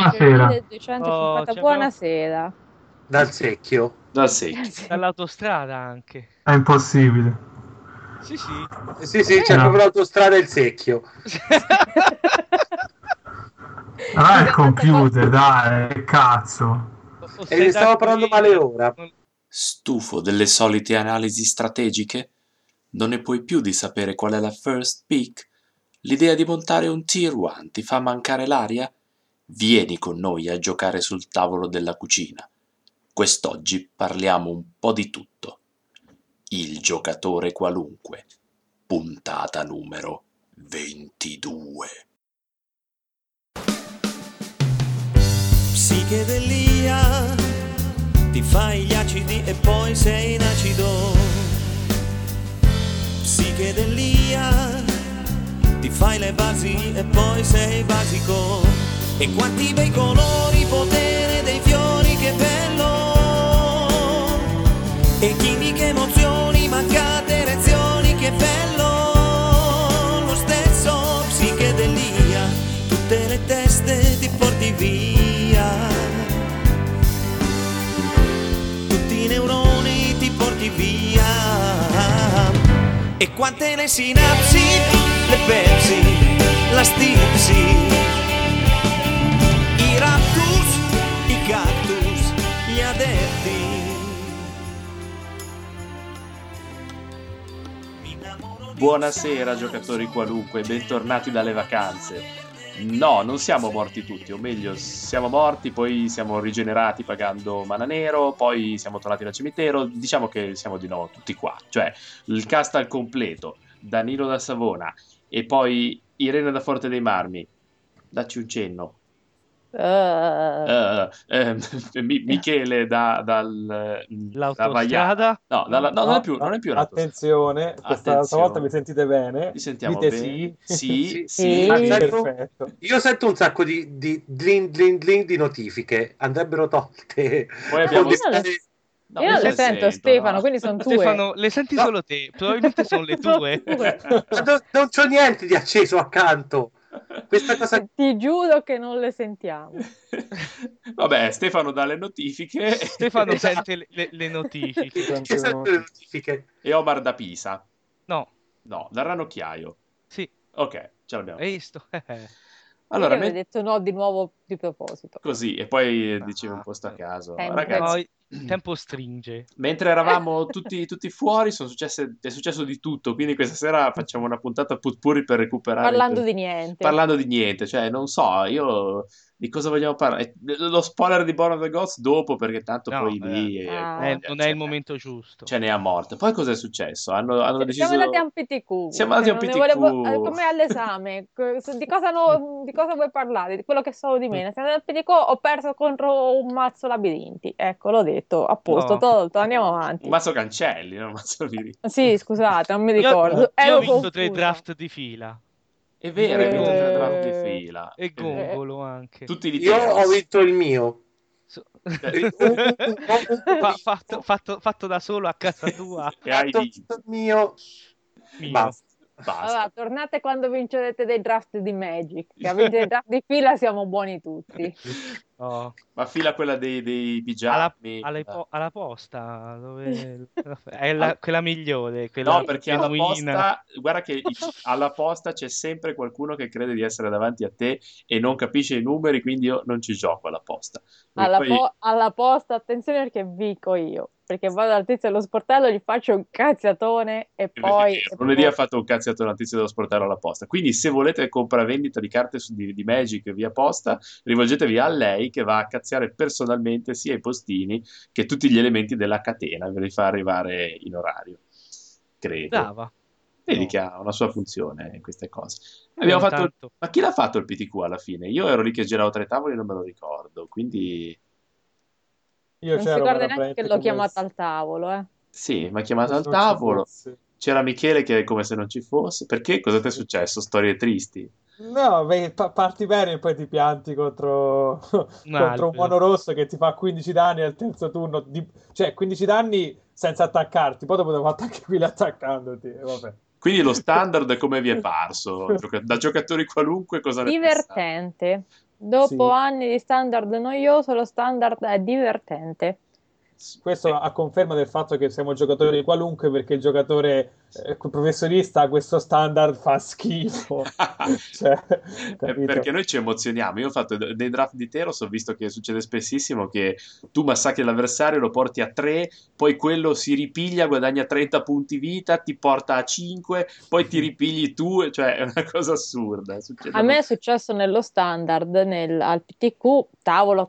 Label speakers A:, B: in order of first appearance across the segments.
A: Buonasera.
B: 1250.
C: Oh, ci
B: Buonasera.
D: dal secchio.
E: dal secchio.
C: dall'autostrada anche.
A: È impossibile.
C: Sì, sì.
D: Sì, sì, c'è
A: No.
D: proprio l'autostrada e il secchio.
A: Ah, il computer, dai, che cazzo.
D: E ne
C: esatto.
D: stavo parlando male ora.
E: Stufo delle solite analisi strategiche? Non ne puoi più di sapere qual è la first pick? L'idea di montare un tier 1 ti fa mancare l'aria? Vieni con noi a giocare sul tavolo della cucina. Quest'oggi parliamo un po' di tutto. Il giocatore qualunque. Puntata numero 22.
F: Psichedelia, ti fai gli acidi e poi sei in acido. Psichedelia, ti fai le basi e poi sei basico. E quanti bei colori, potere dei fiori, che bello! E chimiche emozioni, mancate reazioni, che bello! Lo stesso psichedelia, tutte le teste ti porti via. Tutti i neuroni ti porti via. E quante le sinapsi, le pepsi, la stipsi, i raptus, i cactus, gli adepti.
E: Buonasera giocatori qualunque, bentornati dalle vacanze. No, non siamo morti tutti, o meglio, siamo morti, poi siamo rigenerati pagando mana nero, poi siamo tornati dal cimitero, diciamo che siamo di nuovo tutti qua, cioè il cast al completo, Danilo da Savona e poi Irene da Forte dei Marmi. Dacci un cenno.
B: Eh,
E: Eh, ehm, Mi- Michele da, dal, mm, da Vaia-
C: L'autostrada.
E: No, dalla- no, non è più, non è più una-
G: Attenzione, questa
E: Attenzione.
G: volta mi sentite bene?
E: Ti sentiamo
G: Dite
E: bene?
G: sì.
E: Sì,
B: Eh,
D: Sì.
E: sì.
D: Ah, certo.
G: Perfetto.
D: Io sento un sacco di, di dling, dling, dling di notifiche, andrebbero tolte.
E: Poi
B: No,
E: abbiamo
B: io non Eh, le-
E: No,
B: io
E: mi
B: non le
E: sento,
B: sento,
E: no.
B: Stefano, quindi sono tue.
C: Stefano, le senti
D: No.
C: solo te, probabilmente sono le tue.
D: Ma no- non c'ho niente di acceso accanto. Questa cosa
B: Ti giuro che non le sentiamo.
E: Vabbè, Stefano dà le notifiche
C: Stefano sente le, le- le notifiche.
D: che sono le notifiche.
E: e Omar da Pisa.
C: No,
E: No, da Ranocchiaio.
C: sì,
E: Ok, ce l'abbiamo.
C: hai visto? Eh,
E: Allora,
B: Perché
E: me-
B: hai detto Ah, no di nuovo di proposito.
E: così, e poi eh, dicevo un posto a caso.
B: Sempre.
E: Ragazzi,
C: no, il tempo stringe.
E: mentre eravamo tutti, tutti fuori sono successe- è successo di tutto, quindi questa sera facciamo una puntata putpuri per recuperare.
B: Parlando di niente.
E: Ah, ecco. parlando di niente, cioè non so, io di cosa vogliamo parlare? Lo spoiler di Born of the Gods dopo perché tanto
C: No,
E: poi
C: eh.
E: lì eh,
B: Ah.
C: Eh, non è
E: cioè,
C: il momento giusto.
D: cioè,
E: Ce n'è a morte. Poi cos'è successo? Hanno, hanno
B: Cioè,
E: deciso
B: Siamo andati a un PTQ.
E: Siamo andati a un
B: cioè,
E: PTQ.
B: non ne volevo- eh, come all'esame. que- su- Di cosa, no- di cosa vuoi parlare? Di quello che so di
E: Mm.
B: meno. Siamo andati al PTQ, ho perso contro un mazzo labirinti. Ecco, l'ho detto. A posto,
C: No.
B: tolto. Andiamo avanti.
E: un mazzo cancelli, no? un mazzo di-
B: Sì, scusate, non mi
C: Io-
B: ricordo. Eh,
C: Io,
B: Ero
C: ho vinto tre
B: confusa.
C: draft di fila
E: È vero, è venuto
B: Eh.
E: tre draft di fila. Eh,
C: e gongolo anche.
E: Tutti di
D: Io ho
E: Teos.
D: vinto il mio.
C: So-
D: Eh.
C: Fa- fatto, fatto- fatto da solo a casa tua.
E: E hai
D: Ho
E: vinto.
D: vinto il mio.
C: Mio.
D: Basta.
E: Basta.
B: Allora, tornate quando vincerete dei draft di Magic. Che a vincere i draft di fila siamo buoni tutti.
C: No.
E: Ma fila quella dei, dei
C: alla,
E: pigiami. Eh.
C: alla- alla posta dove- è la- quella migliore quella
E: No, perché alla
C: genuina.
E: posta, guarda che i- alla posta c'è sempre qualcuno che crede di essere davanti a te e non capisce i numeri, quindi io non ci gioco alla posta. Perché
B: Alla,
E: poi-
B: po- alla posta, attenzione perché vinco io. Perché vado al tizio dello sportello, gli faccio un cazziatone e poi... e
E: lunedì
B: poi-
E: ha fatto un cazziato la tizia dello sportello alla posta. Quindi, se volete compravendita di carte su- di, di Magic via posta, rivolgetevi a lei che va a cazziare personalmente sia i postini che tutti gli elementi della catena ve li fa arrivare in orario. Credo.
C: brava
E: Vedi
C: No.
E: che ha una sua funzione in queste cose. Abbiamo
C: Non
E: fatto-
C: tanto.
E: Ma chi l'ha fatto il PTQ alla fine? Io ero lì che giravo tre tavoli e non me lo ricordo. Quindi,
G: Io
B: Non si
G: c'ero
B: ricorda neanche che
G: guarda, praticamente
B: l'ho
G: come
B: chiamata
G: se-
B: al tavolo, eh.
E: sì, mi ha chiamato al
G: se non ci
E: tavolo.
G: fosse.
E: C'era Michele che è come se non ci fosse. Perché? Cosa ti è successo? Storie tristi.
G: No, beh, pa- parti bene e poi ti pianti contro, contro
C: albero.
G: un mono rosso che ti fa 15 danni al terzo turno, di- cioè 15 danni senza attaccarti, poi dopo ti ha fatto anche qui attaccandoti. e Vabbè.
E: Quindi lo standard è come vi è parso, Gioca- da giocatori qualunque cosa ne
B: Divertente.
E: pensate?
B: Dopo
G: Sì.
B: anni di standard noioso, lo standard è divertente.
G: Questo a conferma del fatto che siamo giocatori qualunque perché il giocatore eh, professionista ha questo standard fa schifo. Cioè,
E: Eh,
G: capito?
E: perché noi ci emozioniamo. Io ho fatto dei draft di Teros, ho visto che succede spessissimo che tu massacri l'avversario, lo porti a 3, poi quello si ripiglia, guadagna 30 punti vita, ti porta a 5, poi ti ripigli tu, e cioè è una cosa assurda. Succede
B: A me è successo nello standard nel, al PTQ, tavolo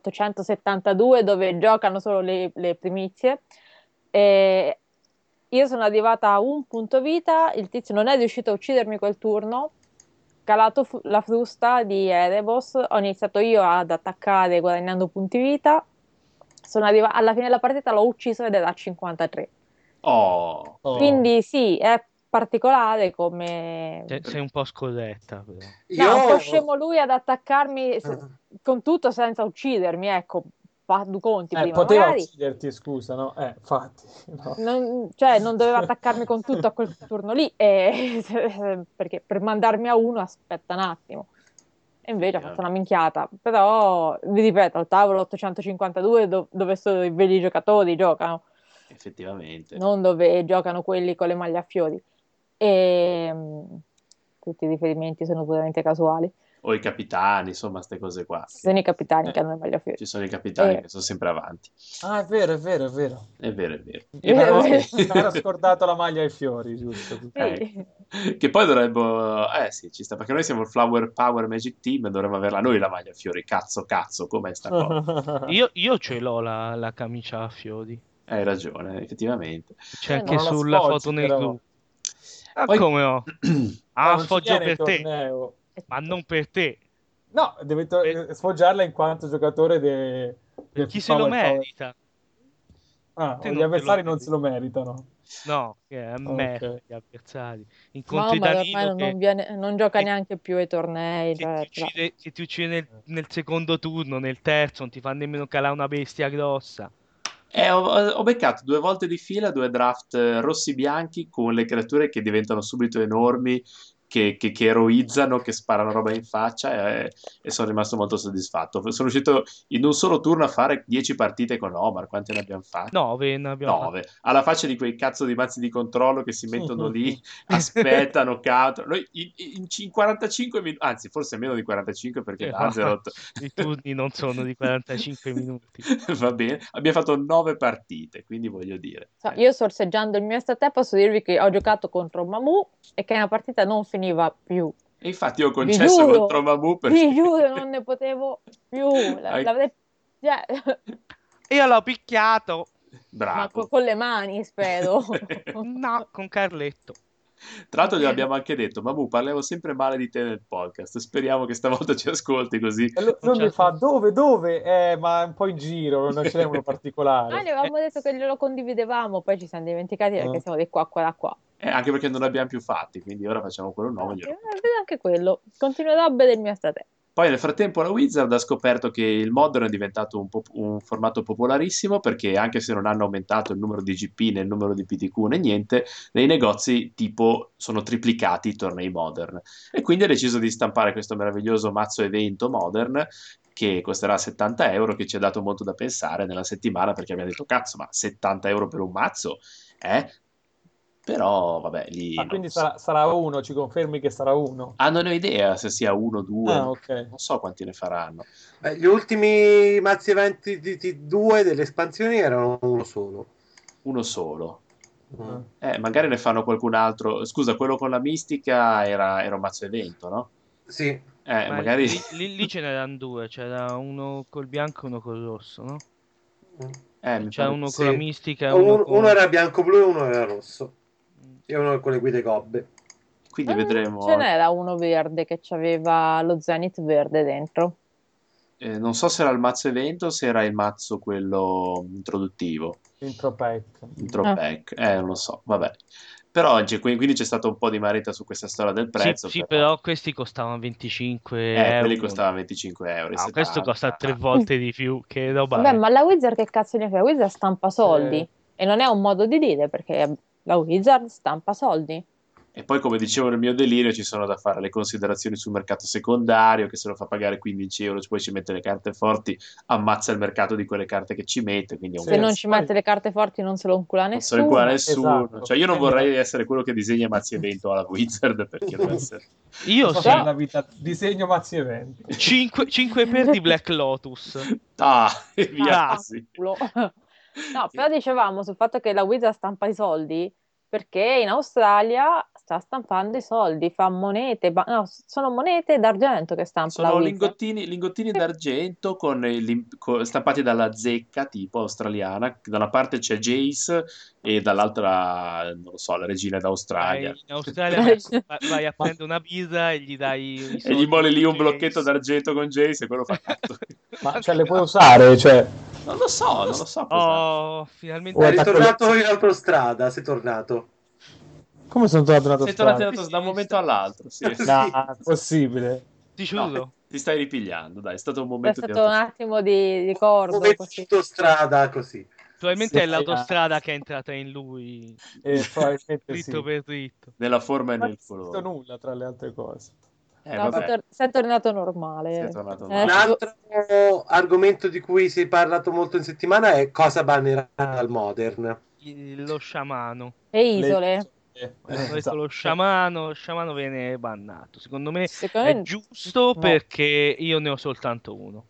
B: 872, dove giocano solo le, le primizie. E io sono arrivata a un punto vita, il tizio non è riuscito a uccidermi quel turno. Calato fu- la frusta di Erebos, ho iniziato io ad attaccare guadagnando punti vita. Sono arriva- alla fine della partita l'ho ucciso ed era a 53.
E: Oh,
G: Oh.
B: Quindi sì, è particolare come...
C: Cioè, sei un po' scorretta, però.
B: No,
D: Io-
B: un po' scemo lui ad attaccarmi se- con tutto senza uccidermi, ecco, fa due conti
G: Eh,
B: prima,
G: poteva
B: magari
G: ucciderti, scusa, no? Eh, infatti. no.
B: non, cioè, non doveva attaccarmi con tutto a quel turno lì, e- perché per mandarmi a uno aspetta un attimo. E invece ha fatto una minchiata, però vi ripeto, al tavolo 852 do- dove solo i veri giocatori giocano,
E: effettivamente.
B: non dove giocano quelli con le maglie a fiori. E mh, tutti i riferimenti sono puramente casuali,
E: O i capitani, insomma, queste cose qua.
B: sono i capitani che hanno le maglie a fiori.
E: Ci sono i capitani
B: Eh.
E: che sono sempre avanti.
G: Ah, è vero, è vero, è vero.
E: È vero, è vero. Eh.
G: Mi
E: E
G: ero,
E: poi-
G: mi ero scordato la maglia ai fiori, giusto.
E: Eh,
B: Sì.
E: Che poi dovremmo. Eh sì, ci sta, perché noi siamo il Flower Power Magic Team, dovremmo averla noi la maglia a fiori. Cazzo, cazzo, com'è sta cosa? Ah.
C: Io, io ce l'ho la, la camicia a fiori.
E: Hai ragione, effettivamente.
C: C'è
B: Eh,
C: anche
B: non
G: la
C: sulla
G: sfoggi,
C: foto nel
G: però.
C: gruppo. Ah,
E: Poi-
C: come ho?
G: No,
C: Ah,
G: non ci
C: sfoggio
G: viene
C: per
G: il
C: te,
G: torneo.
C: ma non per te.
G: No, deve to- eh,
C: Per-
G: sfoggiarla in quanto giocatore de-
C: Per
G: del
C: chi se lo
G: Power Power.
C: merita.
G: Ah,
C: Te non te
G: gli
C: lo
G: avversari non
C: meriti.
G: se lo meritano.
C: No, che è
G: Ok.
C: merda gli avversari.
B: No,
C: Incontri
B: ma ormai
C: Danilo
B: non,
C: che,
B: viene- non gioca
C: che-
B: neanche più ai tornei.
C: che
B: cioè,
C: ti uccide, che ti uccide nel, nel secondo turno, nel terzo, non ti fa nemmeno calare una bestia grossa.
E: Eh, ho, ho beccato due volte di fila due draft eh, rossi-bianchi con le creature che diventano subito enormi, che, che- che eroizzano, che sparano roba in faccia e, e sono rimasto molto soddisfatto. Sono riuscito in un solo turno a fare 10 partite con Omar. Quante ne abbiamo fatte?
C: 9 ne abbiamo fatto.
E: 9 alla faccia di quei cazzo di mazzi di controllo che si mettono lì, aspettano, counter. Noi in, in cin- 45 minuti, anzi, forse meno di 45 perché
C: Eh,
B: Esatto.
E: Lanzerot
C: I turni non sono di 45 minuti.
E: va bene. Abbiamo fatto 9 partite, quindi voglio dire, Eh,
B: tra- so, io sorseggiando il mio estate posso dirvi che ho giocato contro Mamu e che una partita non finiva più.
E: E infatti io ho
B: Vi
E: concesso
B: giuro,
E: contro Mamu perché...
B: vi giuro, non ne potevo più. La-
E: Hai-
B: l'avrei- cioè,
C: Io l'ho picchiato.
B: ma co-
E: Bravo.
B: con le mani, spero.
C: No, con Carletto.
E: Tra l'altro glielo abbiamo anche detto, Mamu, parliamo sempre male di te nel podcast, speriamo che stavolta ci ascolti così.
G: E lui,
C: Non
G: lui
C: c'è-
G: mi fa dove, dove? Eh, ma un po' in giro, non ce n'è uno
B: Ah, gli
G: particolare.
E: eh.
B: avevamo detto che glielo condividevamo, poi ci siamo dimenticati perché
E: Mm.
G: Eh.
B: siamo di qua, qua, là, qua.
E: Eh, anche perché non l'abbiamo più fatti, quindi ora facciamo quello nuovo. e
B: Eh,
E: glielo
B: vedo anche quello. Continuerò a bere il mio estate.
E: Poi nel frattempo la Wizard ha scoperto che il Modern è diventato un, pop- un formato popolarissimo perché anche se non hanno aumentato il numero di GP né il numero di PTQ né niente, nei negozi tipo sono triplicati i tornei Modern. E quindi ha deciso di stampare questo meraviglioso mazzo evento Modern che costerà 70 euro, che ci ha dato molto da pensare nella settimana perché abbiamo detto cazzo, ma 70 euro per un mazzo? Eh? Però vabbè, lì...
G: Ma
E: non
G: quindi
E: so.
G: sarà, sarà uno, ci confermi che sarà uno?
E: Ah, non ho idea se sia uno o due,
G: Ah, ok.
E: non so quanti ne faranno.
D: Beh, eh, gli ultimi mazzi eventi di T2 delle espansioni erano uno solo.
E: uno solo.
D: Mm.
E: Eh, magari ne fanno qualcun altro. Scusa, quello con la mistica era, era un mazzo evento, no?
D: Sì,
E: Eh,
C: Ma
E: magari.
C: lì, lì- lì ce n'erano due, c'era uno col bianco e uno col rosso, no?
E: Eh, mi
C: C'era
E: pare-
C: uno
D: sì.
C: con la mistica e
D: Un-
C: uno
D: uno,
C: con...
D: era bianco-blu e uno era rosso. E uno con le guide gobbe.
E: Quindi
B: Eh,
E: vedremo.
B: Ce n'era uno verde che aveva lo Zenith verde dentro.
E: Eh, non so se era il mazzo evento o se era il mazzo quello introduttivo.
G: Intro pack.
E: Intro pack. Eh, non lo so, vabbè. Però c'è- qui- quindi c'è stato un po' di maretta su questa storia del
C: Sì,
E: prezzo.
C: sì,
E: però.
C: però questi costavano 25
E: Eh,
C: euro.
E: quelli costavano eh. 25 euro.
C: Ah, questo
E: 70.
C: costa tre volte di più, che roba
B: Vabbè,
C: è?
B: ma la Wizard che cazzo ne fa? La Wizard stampa soldi.
G: Eh.
B: E non è un modo di dire perché la Wizard stampa soldi.
E: E poi, come dicevo nel mio delirio, ci sono da fare le considerazioni sul mercato secondario, che se lo fa pagare 15 euro, poi ci mette le carte forti, ammazza il mercato di quelle carte che ci mette. Quindi è un
G: Sì,
B: Se non
E: cazzo.
B: ci mette le carte forti non se lo incula
E: Non
B: nessuno.
E: sono in qua nessuno.
G: Esatto.
E: Cioè, io non
G: Quindi-
E: vorrei essere quello che disegna Mazzi Evento alla Wizard perché deve essere.
C: Io
G: so
C: sì.
G: fare la vita disegno mazzi eventi
C: 5, per di Black Lotus.
E: Ah, e via
C: Ah.
E: così.
B: culo. No, però diciamo dicevamo sul fatto che la Wizard stampa i soldi perché in Australia sta stampando i soldi, fa monete, ba- no, sono monete d'argento che stampa la
E: Sono
B: Wizard.
E: lingottini, lingottini d'argento con il- co- stampati dalla zecca tipo australiana. Da una parte c'è Jace e dall'altra, non lo so, la regina
C: Vai
E: d'Australia.
C: Ah, in Australia vai, vai- vai a prendere una birra e gli dai i
E: E
C: soldi
E: gli mole lì un
C: James.
E: blocchetto d'argento con Jace e quello fa cazzo.
G: ma cioè le puoi usare cioè
E: Non lo so, non lo so. cos'è.
C: Oh, finalmente
D: È
G: Guarda,
D: ritornato in autostrada, sei tornato.
G: come sono tornato
E: Sei tornato in
G: a
E: auto- da un momento all'altro. sì.
D: Sì.
G: no è possibile
C: ti giuro.
E: Ti stai ripigliando, dai, è stato un
B: È
E: momento di
B: stato un attimo di ricordo
D: Come
B: così.
D: autostrada così.
G: eh,
C: Probabilmente
G: Sì,
C: è l'autostrada che è entrata in lui,
G: eh, probabilmente sì
C: dritto per dritto.
E: nella forma e
G: non ho
E: nel
G: visto
E: colore.
G: nulla tra le altre cose
E: Eh,
B: No,
E: vabbè. esatto.
B: sei tor- sei tornato normale.
E: Sei tornato
B: Eh,
D: Un
E: normale.
B: sì.
D: altro argomento di cui si è parlato molto in settimana è cosa bannerà dal Modern.
C: Il- Lo sciamano.
B: E isole.
G: Le-
C: Ho detto
G: esatto.
C: lo sciamano, lo sciamano viene bannato. Secondo me
B: Secondo
C: è
B: me-
C: giusto
G: No.
C: perché io ne ho soltanto uno.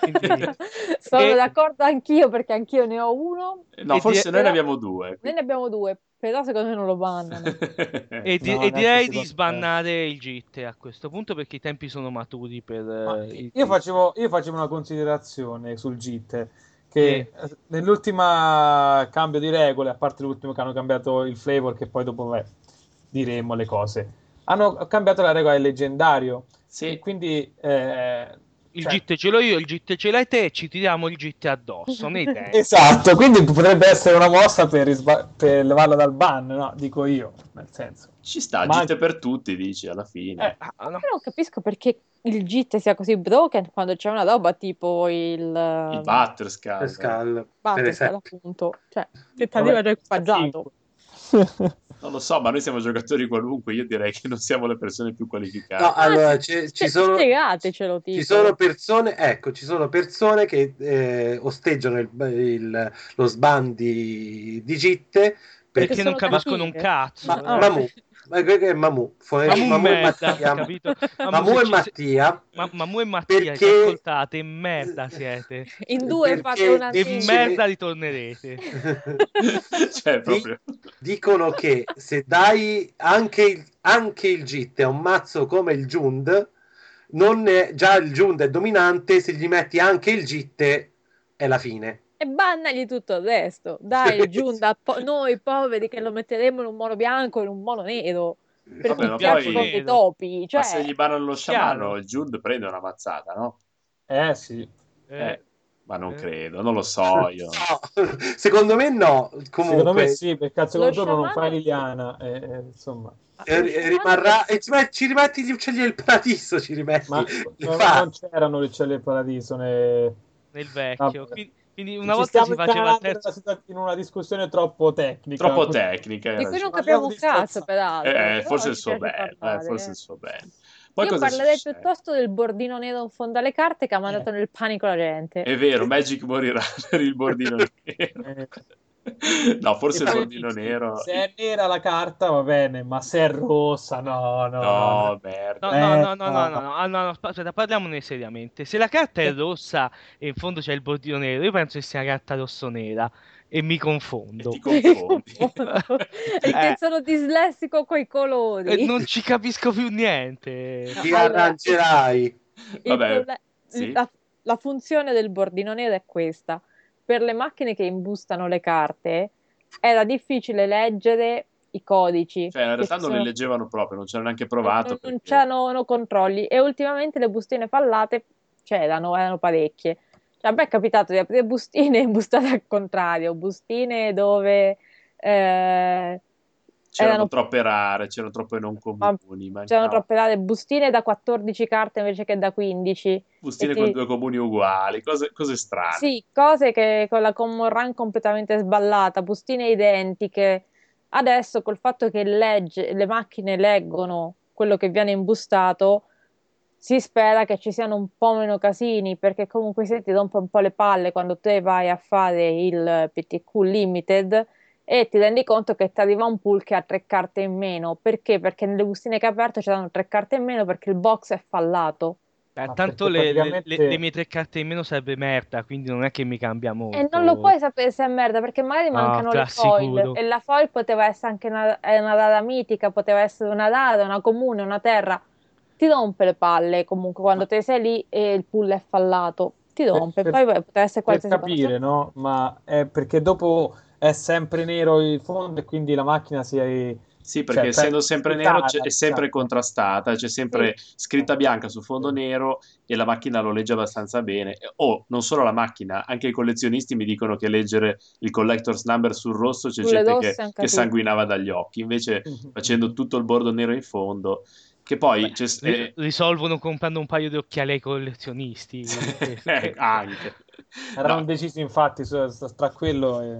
C: Quindi-
B: Sono
C: E-
B: d'accordo anch'io perché anch'io ne ho uno.
E: No,
C: e
E: forse
C: dire-
E: noi
B: però-
E: ne abbiamo due.
B: Noi ne abbiamo due, però secondo me non lo bannano.
C: E, di- e
G: Eh, No, neanche
C: direi
G: secondo
C: di
G: me.
C: sbannare il JIT a questo punto perché i tempi sono maturi per...
G: Ma
C: eh, il
G: io,
C: JIT.
G: facevo, io facevo una considerazione sul JIT che
C: Sì.
G: eh, nell'ultima cambio di regole, a parte l'ultimo che hanno cambiato il flavor, che poi dopo vabbè, diremo le cose, hanno cambiato la regola del leggendario e
E: Sì,
G: quindi eh,
C: Il
G: cioè-
C: JIT ce l'ho io, il JIT ce l'hai te e ci tiriamo il JIT addosso nei tempi.
G: esatto, quindi potrebbe essere una mossa per, risba- per levarla dal ban, no? dico io, nel senso.
E: ci sta,
G: Ma-
E: gite per tutti, dici, alla fine.
G: Eh,
C: Ah, no.
B: Io non capisco perché il JIT sia così broken quando c'è una roba tipo il,
E: Il
B: il
E: batter
D: Per Scal, per
B: Battlestar,
D: esempio.
B: appunto. Cioè, che ti arriva già equipaggiato.
E: Non lo so, ma noi siamo giocatori qualunque, io direi che non siamo le persone più qualificate.
D: No, allora c'è- ci
B: Cioè,
D: sono...
B: Spiegatecelo, tipo. Cioè,
D: Ci sono persone, ecco, ci sono persone che eh, osteggiano il- il- lo sban di, di Gitte
C: Perché,
D: perché,
B: sono
C: non capiscono un
B: cattive.
C: cazzo.
D: ma,
B: Ah.
C: eh.
D: Mamu, ma che- che è Mamu, Fo-
C: Mamu
D: Mamu e
C: merda,
D: Mattia,
C: capito?
B: Ah.
D: Mamu
C: se
D: e
C: ci-
D: Mattia,
C: Ma- Mamu e Mattia,
D: Perché-
C: ci ascoltate, merda siete.
B: In due
D: Perché-
B: fate una
C: E
D: Sì.
C: merda ritornerete.
E: cioè, proprio.
D: dicono che se dai anche il, anche il Gitte a un mazzo come il Jund, non è- già il Jund è dominante, se gli metti anche il Gitte è la fine.
B: E bannagli tutto il resto. Dai, giù da po- noi poveri che lo metteremo in un mono bianco e in un mono nero. Per
E: Vabbè, ma
B: picchiarci
E: poi-
B: con dei topi. Cioè,
E: Ma se gli banano lo sciamano,
C: chiaro.
E: il Jude prende una mazzata, no?
G: eh sì,
E: Eh,
C: Eh,
E: ma non
C: eh.
E: credo, non lo so io.
D: No, secondo me no,
G: secondo me
D: comunque
G: sì, perché al
B: Lo
G: secondo turno non
B: sciamano-
G: fai Liliana, eh, eh, insomma.
D: eh, eh, rimarrà e ci, met- ci rimetti gli uccelli del paradiso, ci rimetti.
G: Ma
D: Le
G: non-
D: fa.
G: non c'erano le celle del paradiso né...
C: nel vecchio.
G: Vabbè.
C: Quindi, quindi una
G: Ci
C: volta si
G: stiamo
C: faceva il
G: incanalando
C: terzo...
G: in una- in una discussione troppo tecnica.
E: Troppo
G: Quindi-
E: tecnica. hai
B: di cui non
E: ragione.
B: capiamo
G: Parliamo
B: un
G: di
B: cazzo,
G: stronzate.
B: peraltro.
E: Eh,
B: però
E: forse il
B: ci
E: suo
B: piace
E: bello, eh,
B: parlare,
E: forse
B: eh.
E: il suo bello. Poi
B: Io
E: cosa Eh.
B: parlerei
E: succede?
B: piuttosto del bordino nero in fondo alle carte che ha mandato nel panico la gente.
E: È vero, Magic morirà per il bordino nero. No, forse il
G: E poi
E: bordino
G: dici,
E: nero.
G: Eh, Se è nera la carta va bene, ma se è rossa no, no.
E: No,
C: No,
E: merda.
C: no, no,
G: Eh,
C: no, no,
G: no.
C: no, no, ah, no, no, asp- aspetta, parliamone seriamente. Se la carta è rossa e in fondo c'è il bordino nero, io penso che sia una carta rosso-nera e mi
E: E eh, ti
C: confondo.
E: confondi. Cioè,
B: E
C: Eh.
B: che sono dislessico coi colori.
C: E Eh, non ci capisco più niente. Eh,
B: No,
D: Ti
B: allora-
D: arrangerai.
B: Il
E: Vabbè,
B: proble-
E: sì.
B: la, la funzione del bordino nero è questa. Per le macchine che imbustano le carte era difficile leggere i codici.
E: Cioè, in realtà
B: che
E: non
B: sono-
E: li leggevano proprio, non ci hanno neanche
B: non,
E: provato.
B: non
E: perché-
B: c'erano controlli e ultimamente le bustine fallate c'erano, erano parecchie. Cioè, a me è capitato di aprire bustine bustate al contrario, bustine dove eh,
E: C'erano
B: erano-
E: troppe rare, c'erano troppe non comuni. Ma
B: c'erano troppe rare bustine da 14 carte invece che da 15.
E: Bustine
B: e ti-
E: con due comuni uguali, cose, cose strane.
B: Sì, cose che con la Common Run completamente sballata, bustine identiche. Adesso col fatto che legge- le macchine leggono quello che viene imbustato, si spera che ci siano un po' meno casini, perché comunque se ti rompe un po' le palle quando te vai a fare il PTQ Limited e ti rendi conto che ti arriva un pool che ha tre carte in meno. Perché? Perché nelle bustine che ha aperto ci danno tre carte in meno perché il box è fallato.
C: Eh,
G: Ma
C: tanto
G: perché
C: le, le- le-
G: praticamente-
C: le mie tre carte in meno sarebbe merda, quindi non è che mi cambia molto.
B: E non lo puoi sapere se è merda, perché
G: Ah,
B: magari mancano
C: te
B: le foil.
C: l'assicuro.
B: E la foil poteva essere anche una, è una rara mitica, poteva essere una rara, una comune, una terra. Ti rompe le palle comunque quando te sei lì e il pull è fallato. Ti rompe,
G: per-
B: poi poteva essere
G: per
B: qualsiasi cosa.
G: capire, no? Ma è perché dopo è sempre nero il fondo e quindi la macchina si è...
E: Sì,
G: Cioè,
E: perché
G: per-
E: essendo sempre nero c'è- è sempre
G: diciamo.
E: contrastata, c'è sempre scritta bianca su fondo nero e la macchina lo legge abbastanza bene. E- Oh, non solo la macchina, anche i collezionisti mi dicono che leggere il collector's number sul rosso c'è
B: Sulle
E: gente che,
B: rosse è un
E: che
B: casino.
E: sanguinava dagli occhi, invece
G: Mhm.
E: facendo tutto il bordo nero in fondo, che poi c'è,
C: Ri-
E: eh,
C: Risolvono comprando un paio di occhiali ai collezionisti.
E: eh, anche.
G: Erano
E: No,
G: decisi infatti su- su- tra quello e...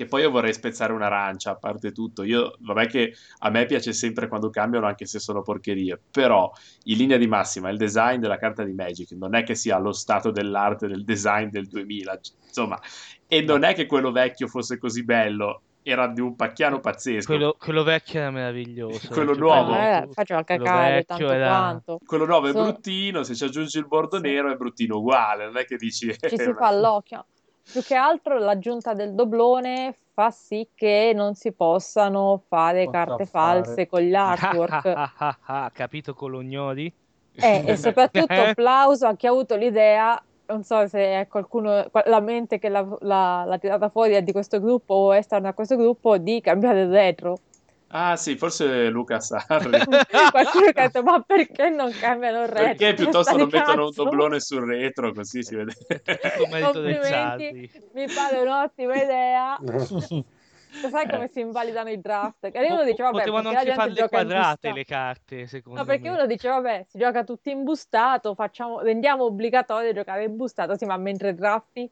E: Che poi io vorrei spezzare un'arancia, a parte tutto. Io, vabbè che a me piace sempre quando cambiano, anche se sono porcherie, però in linea di massima il design della carta di Magic non è che sia allo stato dell'arte del design del 2000, c- insomma, e non è che quello vecchio fosse così bello, era di un pacchiano pazzesco.
C: Quello, quello vecchio era meraviglioso.
E: Quello
C: cioè,
E: nuovo.
C: poi-
B: Eh, faceva
C: quello
B: cacare
C: vecchio
B: tanto
C: era-
B: quanto.
E: Quello nuovo è
B: So-
E: bruttino, se ci aggiungi il bordo
B: Sì.
E: nero è bruttino uguale, non è che dici... eh,
B: Ci
E: è
B: si
E: una-
B: fa l'occhio. Più che altro l'aggiunta del doblone fa sì che non si possano fare
G: Possa
B: carte
G: fare.
B: false con gli artwork.
C: Capito Colognodi?
B: Eh, e soprattutto
C: Eh?
B: applauso a chi ha avuto l'idea, non so se è qualcuno, qua- la mente che l'ha, l'ha- l'ha tirata fuori è di questo gruppo o esterna a questo gruppo, di cambiare il retro.
E: Ah sì, forse Luca Sarri.
B: Qualcuno che ha detto, ma perché non cambiano il retro?
E: Perché piuttosto
B: Testa di
E: non mettono un
B: cazzo."
E: doblone sul retro così si vede.
C: Tutto merito del Sarri.
B: Complimenti, mi pare un'ottima idea. Lo sai
E: Eh.
B: come si invalidano i draft? Che uno
C: Po-
B: dice, vabbè,
C: Potevano
B: perché
C: anche
B: la gente
C: farle
B: gioca in
C: quadrate
B: busta-
C: le carte, secondo
B: No, perché
C: me.
B: uno dice, vabbè, si gioca tutti in bustato, facciamo, rendiamo obbligatorio giocare in bustato, sì, ma mentre drafti,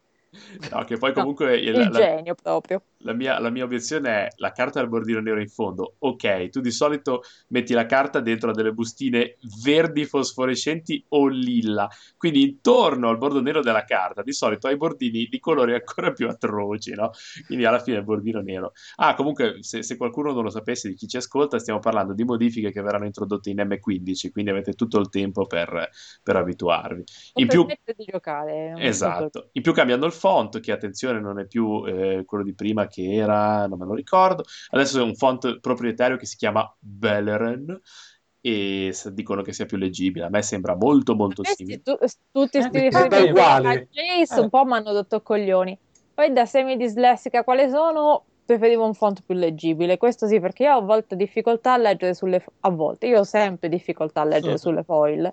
E: No, che poi
B: No,
E: comunque il-
B: il
E: la,
B: genio proprio.
E: la mia, la mia obiezione è la carta del bordino nero in fondo. Ok, tu di solito metti la carta dentro a delle bustine verdi fosforescenti o lilla, quindi intorno al bordo nero della carta di solito hai bordini di colori ancora più atroci, no? Quindi alla fine il bordino nero. Ah, comunque, se, se qualcuno non lo sapesse di chi ci ascolta, stiamo parlando di modifiche che verranno introdotte in M15, quindi avete tutto il tempo per, per abituarvi.
B: Non
E: In più...
B: permette di giocare. non- non per-
E: Esatto, in più cambiando il font, che attenzione non è più eh, quello di prima che era, non me lo ricordo, adesso è un font proprietario che si chiama Beleren e s- dicono che sia più leggibile, a me sembra molto molto simile.
B: Questi, tu- tutti
G: Eh,
B: sti
G: sì.
B: riferimenti
D: Sembra uguale.
B: a Jace
G: Eh.
B: un po' mi hanno detto coglioni. Poi da semi dislessica quale sono, preferivo un font più leggibile. Questo sì, perché io ho a volte difficoltà a leggere sulle a volte, io ho sempre difficoltà a leggere sulle foil.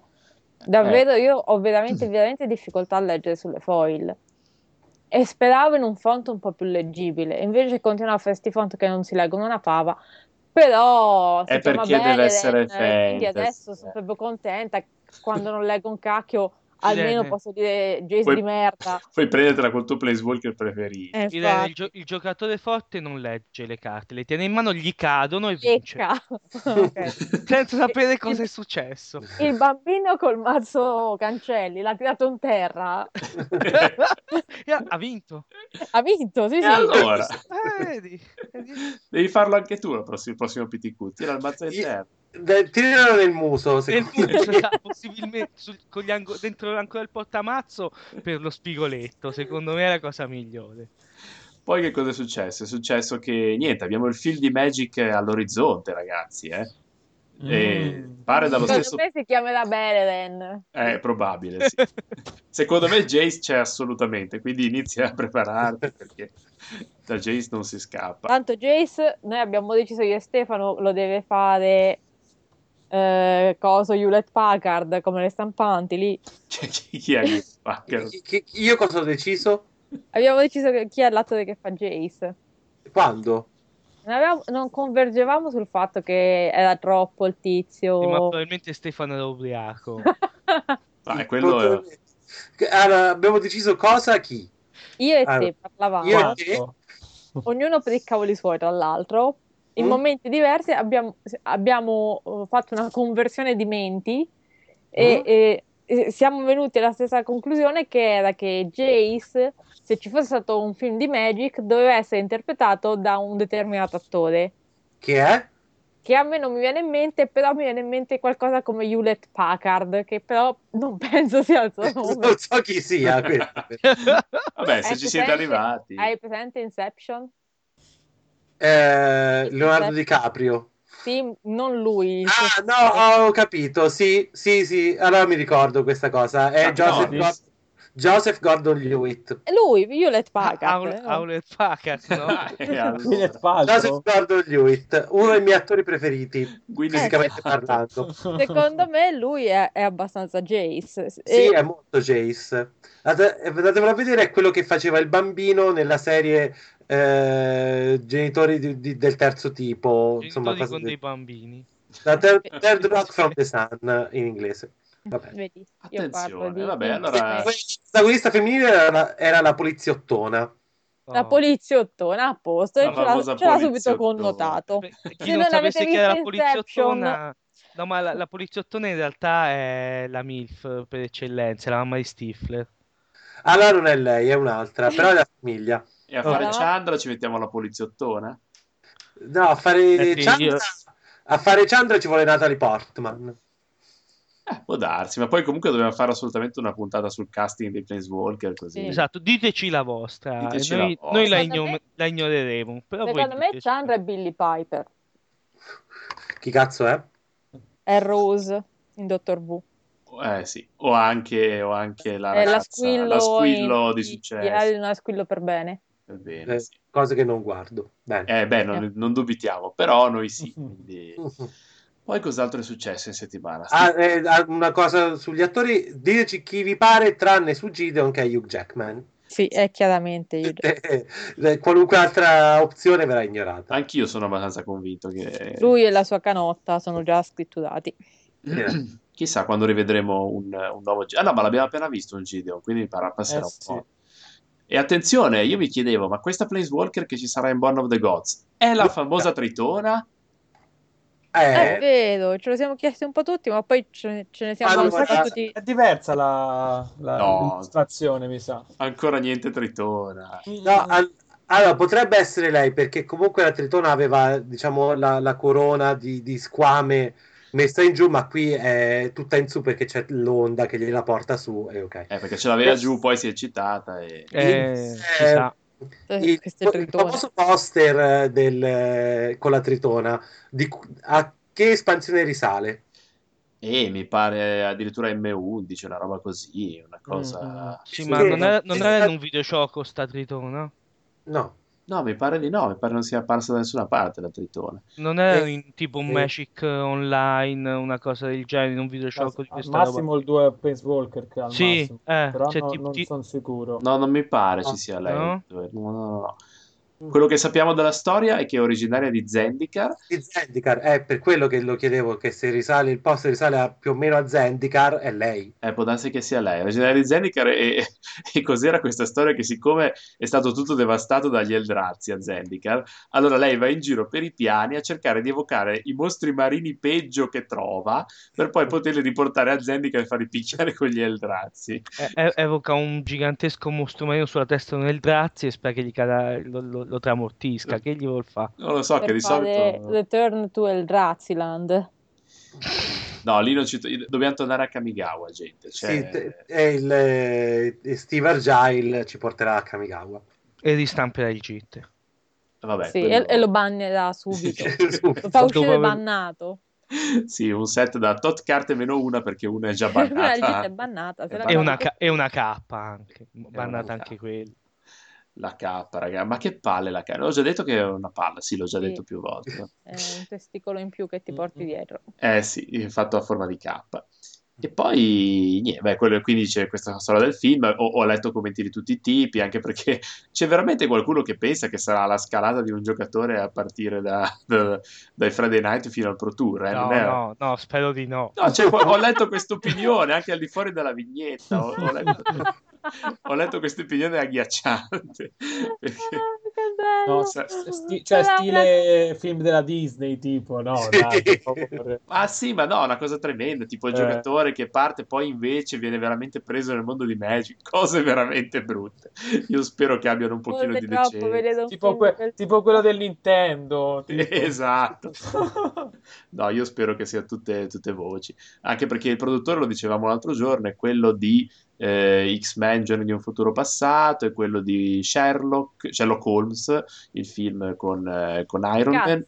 B: Davvero,
E: Eh.
B: io ho veramente, veramente difficoltà a leggere sulle foil. E speravo in un font un po' più leggibile. Invece continuavo a fare questi font che non si leggono una fava. Però si
E: È
B: chiama
E: perché deve
B: Beleren,
E: essere
B: e eh, quindi
E: fantasy,
B: adesso
E: eh.
B: sono proprio contenta. Quando non leggo un cacchio, almeno
C: Irene,
B: posso dire Jace
E: Puoi-
B: di merda.
E: Puoi prendertela col tuo Planeswalker preferito.
B: E
C: Irene, il,
B: infatti,
C: gio- il giocatore forte non legge le carte, le tiene in mano, gli cadono e vince.
B: secca. Ok.
C: Senza sapere
B: Il-
C: cosa è successo.
B: Il bambino col mazzo cancelli l'ha tirato in terra. Eh.
C: E ha ha vinto.
B: Ha vinto, sì,
E: E
B: sì.
E: allora?
C: Eh, vedi, vedi.
E: Devi farlo anche tu al prossimo, il prossimo PTQ, tira il mazzo
D: Io-
E: interno.
D: De- Tiralo nel muso,
C: Nel
D: secondo
C: muso,
D: me.
C: sa, "Ah, possibilmente sul- con gli ango- dentro l'ancora il portamazzo per lo spigoletto. Secondo me è la cosa migliore.
E: Poi che cosa è successo? È successo che niente, abbiamo il film di Magic all'orizzonte, ragazzi, eh? E
G: Mm.
E: pare dallo
B: Secondo
E: stesso...
B: me si chiamerà Beleren.
E: È probabile, Eh, sì. Secondo me Jace c'è assolutamente, quindi inizia a prepararti perché da Jace non si scappa.
B: Tanto Jace, noi abbiamo deciso io e Stefano lo deve fare eh, coso Hewlett Packard come le stampanti lì.
E: Cioè, chi chi è il fucker?
D: Chi- chi- chi- Io cosa ho deciso?
B: Abbiamo deciso che chi è l'attore che fa Jace.
D: Quando?
B: Non, avevamo- non convergevamo sul fatto che era troppo il tizio.
C: Sì, ma probabilmente Stefano era ubriaco.
E: Ah,
D: Il
E: è quello...
D: protagonista. Allora, abbiamo deciso cosa chi?
B: Io e
D: Allora,
B: te parlavamo,
D: io-
G: Quanto?
B: ognuno per i cavoli suoi, tra l'altro. in
D: Mm.
B: momenti diversi abbiamo, abbiamo, eh, fatto una conversione di menti e,
D: Mm.
B: e- e siamo venuti alla stessa conclusione che era che Jace, se ci fosse stato un film di Magic, doveva essere interpretato da un determinato attore,
D: Che è?
B: che a me non mi viene in mente, però mi viene in mente qualcosa come Hewlett Packard, che però non penso sia il
D: Eh,
B: suo nome.
D: Non so chi sia questo.
E: Vabbè, se
B: Eh,
E: ci siete
B: presente-
E: arrivati.
B: Hai presente Inception?
D: Eh, Leonardo DiCaprio.
B: Sì, non lui.
D: Ah, no, ho capito. Sì, sì, sì. Allora mi ricordo questa cosa. È
E: Ah,
D: Joseph,
E: no,
D: Gor- Joseph Gordon Lewitt.
B: È Lui,
D: Ah,
B: Hewlett Packard.
C: Packard,
B: eh.
C: Howlett Packard, no?
E: E allora,
G: Gwyneth Paltrow?
D: Joseph Gordon Lewitt, uno dei miei attori preferiti,
E: Gwyneth
D: fisicamente
E: Paltrow.
D: parlando.
B: Secondo me lui è, è abbastanza Jace.
D: Sì,
B: E-
D: è molto Jace. Ate- Andatevelo a vedere, è quello che faceva il bambino nella serie eh, Genitori di- di- del terzo tipo. Insomma,
C: Genitori
D: cose
C: con
D: del-
C: dei bambini.
D: La ter- Third Rock from the Sun in inglese. Vabbè.
B: Vedi, io parlo
E: Attenzione,
B: di-
E: vabbè,
B: di-
E: allora-
B: di-
D: La protagonista femminile era la, era la poliziottona.
B: La
C: Oh.
B: poliziottona a posto,
E: La
B: e ce l'ha,
E: famosa
B: ce l'ha
E: poliziottona.
B: subito connotato.
C: Beh,
B: Se
C: Chi non
B: non
C: sapesse
B: avete
C: chi era la
B: visto Inception-
C: poliziottona... No, ma la, la poliziottona in realtà è la MILF per eccellenza, è la mamma di Stifler.
D: Allora non è lei, è un'altra, però è la famiglia.
E: E a fare
B: No.
E: Chandra ci mettiamo la poliziottona?
D: No, a fare,
C: Eh sì,
D: Chandra,
C: io-
D: a fare Chandra ci vuole Natalie Portman.
E: Eh, può darsi, ma poi comunque dobbiamo fare assolutamente una puntata sul casting dei Planeswalker così.
B: Sì.
C: Esatto, diteci la vostra.
E: Diteci
C: e noi,
E: la
C: noi
E: vostra.
C: la,
B: Secondo
C: igno-
B: me-
C: la ignoreremo. Però voi
B: Secondo me
C: diteci.
B: Chandra è Billy Piper,
D: Chi cazzo è?
B: è Rose in Dottor V.
E: Eh sì, o anche, o anche la
B: È
E: ragazza,
B: Eh, la squillo,
E: la squillo
B: in- eh.
E: di
B: Di,
E: successo.
B: una squillo per bene.
E: Ebbene,
D: Eh,
E: sì.
D: cose che non guardo. Bene.
E: Eh, beh, non, non dubitiamo, però noi sì.
C: Eh.
E: quindi-
D: Mhm.
E: Poi cos'altro è successo in settimana?
D: Ah, eh, ah, una cosa sugli attori, diteci chi vi pare, tranne su Gideon che è Hugh Jackman.
B: Sì, è chiaramente io.
D: Eh, Qualunque altra opzione verrà ignorata.
E: Anch'io sono abbastanza convinto che...
B: Lui e la sua canotta sono già scritturati.
D: Eh,
E: Chissà quando rivedremo un, un nuovo Gideon. Ah no, ma l'abbiamo appena visto un Gideon, quindi parà- passerà
G: Eh,
E: un
G: sì.
E: po'. E attenzione, io mi chiedevo, ma questa Planeswalker che ci sarà in Born of the Gods è la
D: No.
E: famosa Tritona?
B: È
D: Eh,
B: vero, ce lo siamo chiesti un po' tutti, ma poi ce ne, ce ne siamo
D: Allora,
B: un po'
D: eh,
B: tutti.
G: È diversa la, la
E: No.
G: l'illustrazione, mi sa.
E: Ancora niente Tritona.
D: no, al- allora, potrebbe essere lei perché comunque la Tritona aveva diciamo, la, la corona di, di squame messa in giù, ma qui è tutta in su perché c'è l'onda che gliela porta su. E ok.
E: Eh, perché ce l'aveva
D: Eh.
E: giù, poi si è eccitata e...
C: Eh,
D: Il-
C: si sa.
B: Eh,
D: il,
B: queste
D: il
B: tritone.
D: famoso poster eh, del, eh, con la Tritona di cu- a che espansione risale?
E: E mi pare addirittura M11, una roba così, una
G: Mm, mm.
E: cosa...
C: Sì,
D: Sì,
C: ma non era, non
D: sì.
C: era in un videogioco sta tritona?
D: No,
E: No, mi pare di no, mi pare non sia apparsa da nessuna parte la Tritona.
C: Non era
D: Eh,
C: in tipo un
D: sì.
C: Magic eh, online, una cosa del genere, in un
G: Ma-
C: videogioco di
G: al
C: questa roba?
G: massimo il 2 Pace Walker che al
C: Sì,
G: massimo.
C: eh,
G: Però
C: c'è
G: no-
C: tipo
G: non sono sicuro.
E: No, non mi pare
D: No.
E: ci sia lei.
C: Ah, No?
E: No, no, no, no. Quello che sappiamo dalla storia è che è originaria di Zendikar.
D: di Zendikar è per quello che lo chiedevo, che se risale il poster risale a- più o meno a Zendikar è lei.
E: Eh, può darsi che sia lei. Originaria di Zendikar e, e cos'era questa storia che siccome è stato tutto devastato dagli Eldrazi a Zendikar, allora lei va in giro per i piani a cercare di evocare i mostri marini peggio che trova per poi poterli riportare a Zendikar e farli picchiare con gli Eldrazi.
C: E- e- evoca un gigantesco mostro marino sulla testa del Drazzi e spera che gli cada- lo, lo- lo tramortisca. Che gli vuol fare?
E: Non lo so, che
B: Per
E: di
B: fare
E: solito...
B: Return to Eldraziland.
E: No, lì non ci... dobbiamo tornare a Kamigawa, gente. Cioè...
D: Sì, te- e il, eh, Steve Argyle ci porterà a Kamigawa.
C: E ristamperà il GIT.
E: Vabbè,
B: Sì,
E: quello-
B: e, e lo bannerà subito. Lo fa
C: Dopo
B: uscire
C: aver-
B: bannato.
E: Sì, un set da tot carte meno una perché una è già
B: Una
E: bannata.
B: legge è bannata. se la
E: È
C: E
B: togli-
C: una, ca- e una K anche.
E: una
C: Bannata anche
E: K.
C: quella.
E: La K, raga, ma che palle la K. L'ho già detto che è una palla, sì, l'ho già detto più volte.
B: È un testicolo in più che ti porti
G: Mm.
B: dietro.
E: Eh sì, fatto a forma di K. E poi, niente, beh, quello, quindi c'è questa storia del film, ho, ho letto commenti di tutti i tipi, anche perché c'è veramente qualcuno che pensa che sarà la scalata di un giocatore a partire da- da- dai Friday Night fino al Pro Tour, eh, non
C: No,
E: è...
C: no, no, spero di no.
E: No, c'è qua- ho letto questa opinione anche al di fuori della vignetta. Ho, ho letto, ho letto questa opinione agghiacciante perché
B: che bello!
G: No, s- s- sti- cioè
B: Era una-
G: stile film della Disney, tipo,
E: Oh,
G: no,
D: Sì.
G: dai, per favore.
E: Ah sì, ma no, è una cosa tremenda, tipo il
G: Eh.
E: giocatore che parte e poi invece viene veramente preso nel mondo di Magic, cose veramente brutte. Io spero che abbiano un pochino di
B: Purtroppo
E: decenza.
B: vedevo un
G: tipo,
B: film
G: que-
B: del-
G: tipo quello del Nintendo. tipo.
E: Esatto. No, io spero che sia tutte, tutte voci. Anche perché il produttore, lo dicevamo l'altro giorno, è quello di eh, X-Men, Giorni di un futuro passato, è quello di Sherlock, Sherlock Holmes, il film con, eh, con Iron Man.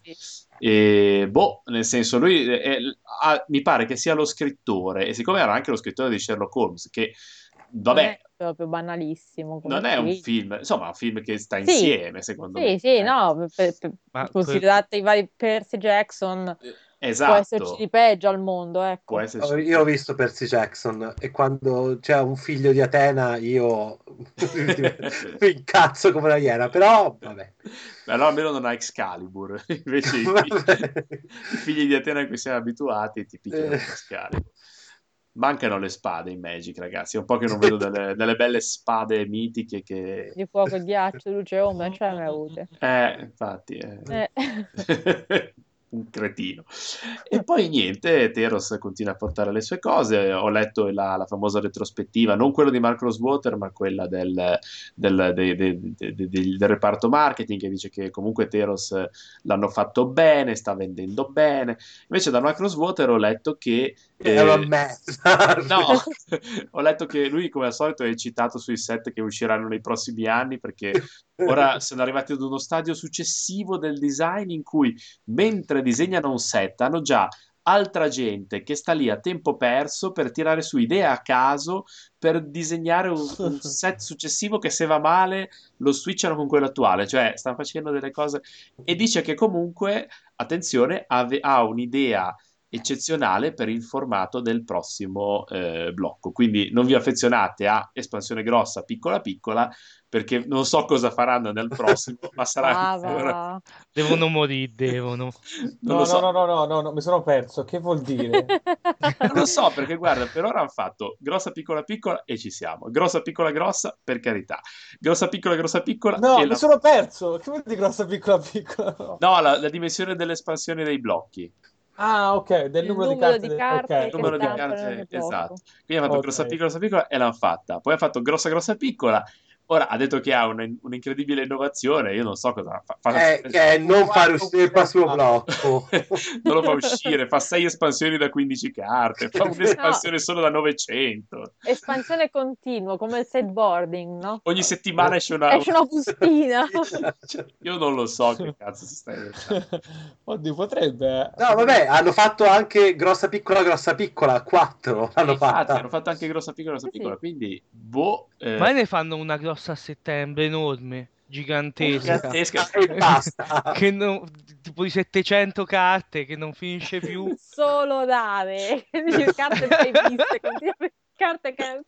E: E boh, nel senso, lui è- è- ha- mi pare che sia lo scrittore, e siccome era anche lo scrittore di Sherlock Holmes, che
B: Non
E: vabbè,
B: è proprio banalissimo. come
E: non è un
B: film.
E: film, insomma, è un film che sta
B: Sì.
E: insieme, secondo me.
B: Sì, sì,
E: Eh.
B: no, per- per-
C: Ma
B: considerate i vari Percy Jackson,
E: Esatto.
B: può esserci di peggio al mondo, ecco.
E: Può esserci di
D: Io ho visto Percy Jackson e quando c'è un figlio di Atena io mi incazzo come una iena, però vabbè.
E: Allora almeno non ha Excalibur, invece i figli,
D: Vabbè.
E: i figli di Atena a cui siamo abituati ti picchiano con
D: Eh.
E: Excalibur. Mancano le spade in Magic, ragazzi. È un po' che non vedo delle, delle belle spade mitiche che...
B: Di fuoco, ghiaccio, luce, ombra, cioè ne avute.
E: Eh, infatti... eh.
B: Eh.
E: un cretino. E poi niente, Teros continua a portare le sue cose. Ho letto la, la famosa retrospettiva, non quella di Mark Rosewater, ma quella del, del- de- de- de- de- del- del reparto marketing che dice che comunque Teros eh, l'hanno fatto bene, sta vendendo bene. Invece da Mark Rosewater ho letto che...
D: È una
E: eh,
D: merda.
E: No, ho letto che lui come al solito è citato sui set che usciranno nei prossimi anni perché Ora sono arrivati ad uno stadio successivo del design in cui, mentre disegnano un set, hanno già altra gente che sta lì a tempo perso per tirare su idee a caso per disegnare un, un set successivo che se va male lo switchano con quello attuale, cioè stanno facendo delle cose e dice che comunque, attenzione, ave- ha un'idea eccezionale per il formato del prossimo eh, blocco, quindi non vi affezionate a espansione grossa, piccola piccola, perché non so cosa faranno nel prossimo, ma sarà
B: Ah,
E: ancora-
B: va.
C: Devono morire, devono.
E: non
G: No,
E: lo so.
G: no, no, no, no, no, no, mi sono perso. Che vuol dire?
E: Non lo so perché, guarda, per ora hanno fatto grossa, piccola, piccola e ci siamo. Grossa, piccola, grossa, per carità. Grossa, piccola, grossa, piccola
G: No,
E: e
G: mi
E: la...
G: sono perso. Che vuol dire grossa, piccola, piccola? No.
E: No, la, la dimensione dell'espansione dei blocchi.
G: Ah, ok, del
B: Il
G: numero,
B: numero
G: di
B: di
G: carte.
B: carte
G: ok,
B: che
E: Il numero di
G: ok.
B: stampano nel
E: carte,
B: blocco.
E: esatto. Quindi hanno fatto
G: Ok.
E: grossa, piccola, grossa, piccola e l'hanno fatta. Poi hanno fatto grossa, grossa, piccola. Ora ha detto che ha un- un'incredibile innovazione. Io non so cosa fa. fa-
D: Eh, che è non fare uscire il
E: Ah.
D: prossimo blocco.
E: non lo fa uscire, fa sei espansioni da 15 carte, fa un'espansione solo da 900.
B: Espansione continua, come il sideboarding, no?
D: Ah.
E: Ogni settimana esce una...
B: Esce una bustina.
D: Cioè,
E: Io non lo so che cazzo si sta inventando.
G: Oddio, potrebbe.
D: No, vabbè, hanno fatto anche grossa piccola, grossa piccola, 4
E: E
D: l'hanno
E: Infatti,
D: fatta.
E: hanno fatto anche grossa piccola, grossa
B: Sì, sì.
E: piccola, quindi boh, eh,
C: Ma ne fanno una grossa a settembre, enorme, gigantesca.
E: gigantesca.
D: Ah, E basta.
C: che non- tipo di 700 carte che non finisce più.
B: Solo dare. Dici, carte poi viste, continua per- carte che...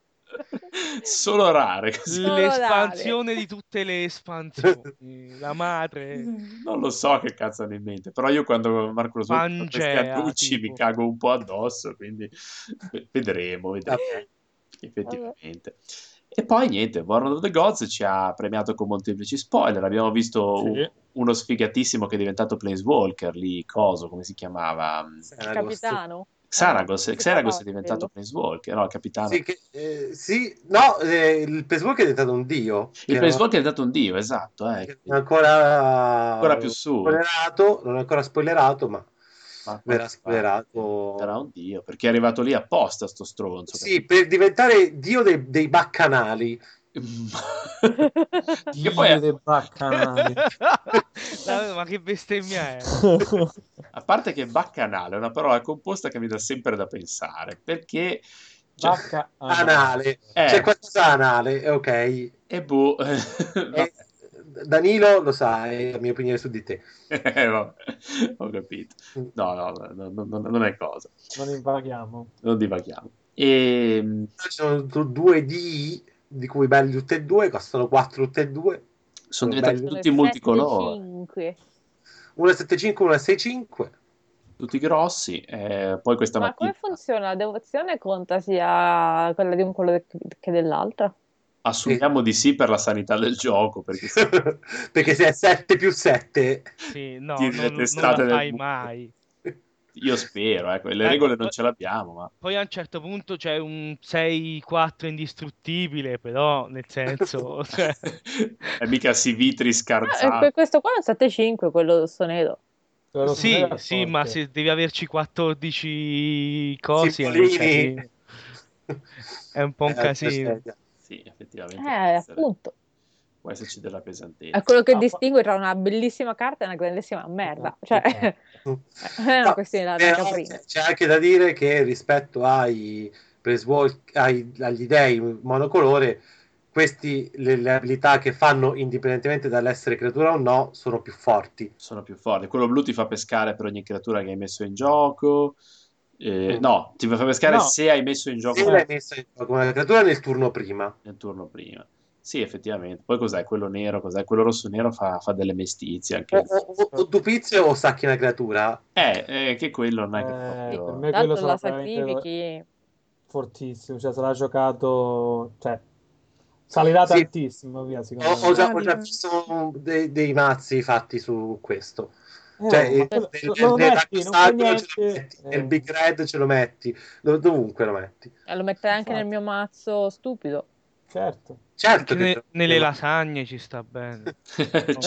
E: Solo rare, così.
B: Solo dare.
C: L'espansione di tutte le espansioni. La madre.
E: Non lo so che cazzo hanno in mente, però io quando Marco Rosuto fa questi
C: Pangea,
E: annunci
C: tipo.
E: mi cago un po' addosso, quindi v- vedremo, vedremo.
D: Vabbè.
E: Effettivamente. E poi niente, Warner of the Gods ci ha premiato con molteplici spoiler. Abbiamo visto
G: Sì.
E: u- uno sfigatissimo che è diventato Planeswalker lì, coso, come si chiamava?
B: Capitano.
E: Xaragos,
B: Ah, no,
E: Xaragos è
B: quello.
E: diventato Planeswalker, no, il capitano.
D: Sì, che- eh, sì, no, eh, il Facebook è diventato un dio.
E: Il
D: che
E: Planeswalker è diventato un dio, esatto,
D: non-
E: eh.
D: che non è ancora,
E: Ancora più su.
D: spoilerato, non è ancora spoilerato, ma
E: Ma
D: verrà spoilerato.
E: Sarà un dio, perché è arrivato lì apposta sto stronzo.
D: Sì, per diventare dio dei, dei baccanali.
E: capito?
G: Dio
E: poi è-
G: dei
E: Ah,
G: baccanali.
C: No, ma che bestemmia è?
E: A parte che baccanale è una parola composta che mi dà sempre da pensare, perché... cioè,
G: Bacca
D: Anale.
E: Eh.
D: C'è qualcosa anale, eh, ok. E
E: e boh... vabbè.
D: Danilo lo sai, la mia opinione su di te.
E: Eh, vabbè, Ho capito. No, no, no, no, no, non è cosa.
G: Non invaghiamo.
E: Non divaghiamo. Ehm, E...
D: Ci sono du- due D di cui belli tutti e due, costano 4 tutti e due.
E: Sono
D: Sono
E: diventati
D: belli.
E: tutti multicolori,
B: 5.
D: 1,75, 1,65.
E: tutti grossi. eh, poi questa
B: Ma
E: mattina...
B: come funziona? La devozione conta sia quella di un quello che dell'altra?
E: Assumiamo di sì per la sanità del gioco, perché se
D: perché se è 7 più 7
C: Sì, no,
E: Tiri
C: non,
E: le
C: non la
E: testate nel
C: fai
E: buco.
C: mai.
E: io spero, ecco, le
C: Eh,
E: regole non
C: poi-
E: ce l'abbiamo, ma
C: Poi a un certo punto c'è un 6-4 indistruttibile, però nel senso... cioè,
E: è mica si vitri
B: Eh, que-
E: scarzato.
B: questo qua è un 7-5, quello Sonedo.
G: Però
C: sì,
G: era
C: sì, ma
G: forte.
C: se devi averci 14 cose... è un
D: Simbolini.
C: casino. È un po' un
D: Eh,
C: casino.
D: aspetta.
E: Sì, effettivamente. può
B: Eh,
E: essere-
B: appunto.
E: Può esserci della pesantezza.
B: È quello che
E: Ah,
B: distingue tra una bellissima carta e una grandissima merda. Cioè,
G: Esatto.
B: è una
D: No,
B: questione da
D: però
B: da prima.
D: Eh, c'è- c'è anche da dire che rispetto ai preswol- ai- agli dei monocolore questi le, le abilità che fanno indipendentemente dall'essere creatura o no sono più forti
E: sono più forti. Quello blu ti fa pescare per ogni creatura che hai messo in gioco. Eh,
D: Mm.
E: No, ti fa pescare
G: No.
E: se hai messo in gioco
D: se l'hai messa in gioco una creatura nel turno prima
E: nel turno prima. Sì, effettivamente. Poi cos'è? Quello nero, cos'è? Quello rosso-nero fa, fa delle mestizie anche.
D: o, o, o- o dupizio o sacchi una creatura
E: Eh, eh, che quello non è che
G: Eh,
E: proprio-
G: per me quello
B: Tanto
G: sarà
B: la
G: veramente
B: sacrifichi.
G: fortissimo, cioè sarà giocato, cioè salirà
D: Sì. Oh,
G: tantissimo, via,
D: ho,
G: secondo me.
D: ho già, ho già
B: Davide.
D: visto dei, dei mazzi fatti su questo
G: Eh,
D: cioè eh,
G: ma
D: il-
G: quello-
D: nel-
G: lo
D: nel
G: metti,
D: Dark
G: non
D: Star
G: fai
D: ce lo
G: niente.
D: metti, nel
G: Eh,
D: Big Red ce lo metti dov- dovunque lo metti
B: Eh, Lo metterei anche nel
G: Infatti.
B: mio mazzo stupido.
G: certo.
D: certo
C: Anche
D: che
C: ne- nelle lasagne ci sta bene.
B: Eh,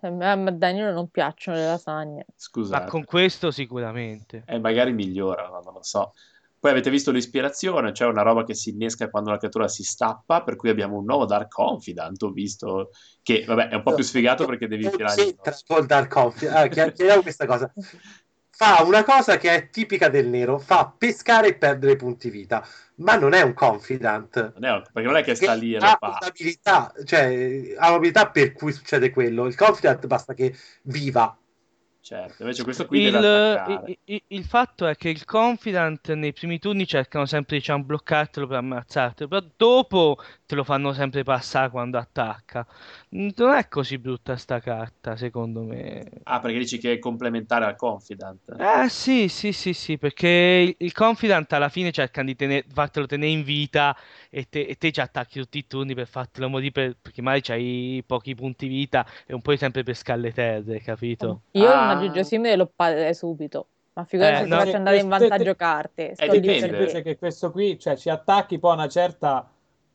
B: A me- a Danilo non piacciono le lasagne.
E: Scusate.
C: Ma con questo sicuramente.
E: e magari migliora, ma non lo so. Poi avete visto l'ispirazione, cioè una roba che si innesca quando la creatura si stappa, per cui abbiamo un nuovo Dark Confidant, ho visto che, vabbè, è un po' più sfigato perché devi tirare...
D: Sì, tra- col Dark ah, Confidant. Allora, chiar- chiariamo questa cosa. Fa una cosa che è tipica del nero, fa pescare e perdere punti vita, ma non è un confidant.
E: Non è un- perché non è che sta lì e lo
D: ha
E: fa.
D: un'abilità, cioè ha un'abilità per cui succede quello. Il confidant basta che viva.
E: Certo, invece questo qui deve
C: Il, eh,
E: attaccare.
C: i- i- il fatto è che il confidant nei primi turni cercano sempre diciamo, bloccartelo per ammazzartelo, però dopo te lo fanno sempre passare quando attacca. Mm, Non è così brutta sta carta, secondo me.
E: Ah, perché dici che è complementare al Confidant.
C: Eh sì, sì, sì, sì, perché il, il confidant alla fine cercano di tene- fartelo tenere in vita e te, e te ci attacchi tutti i turni per fartelo morire, per- perché magari c'hai pochi punti vita e un po' sempre per scalle terre, capito?
B: Io
E: Ah.
B: un aggeggio simile lo paderei subito. Ma figurati
C: Eh,
B: se ti
C: no.
B: faccio andare in
G: Questo-
B: vantaggio carte. Sto lì
E: dipende.
G: Invece
B: perché.
G: che questo qui, cioè ci attacchi poi a una certa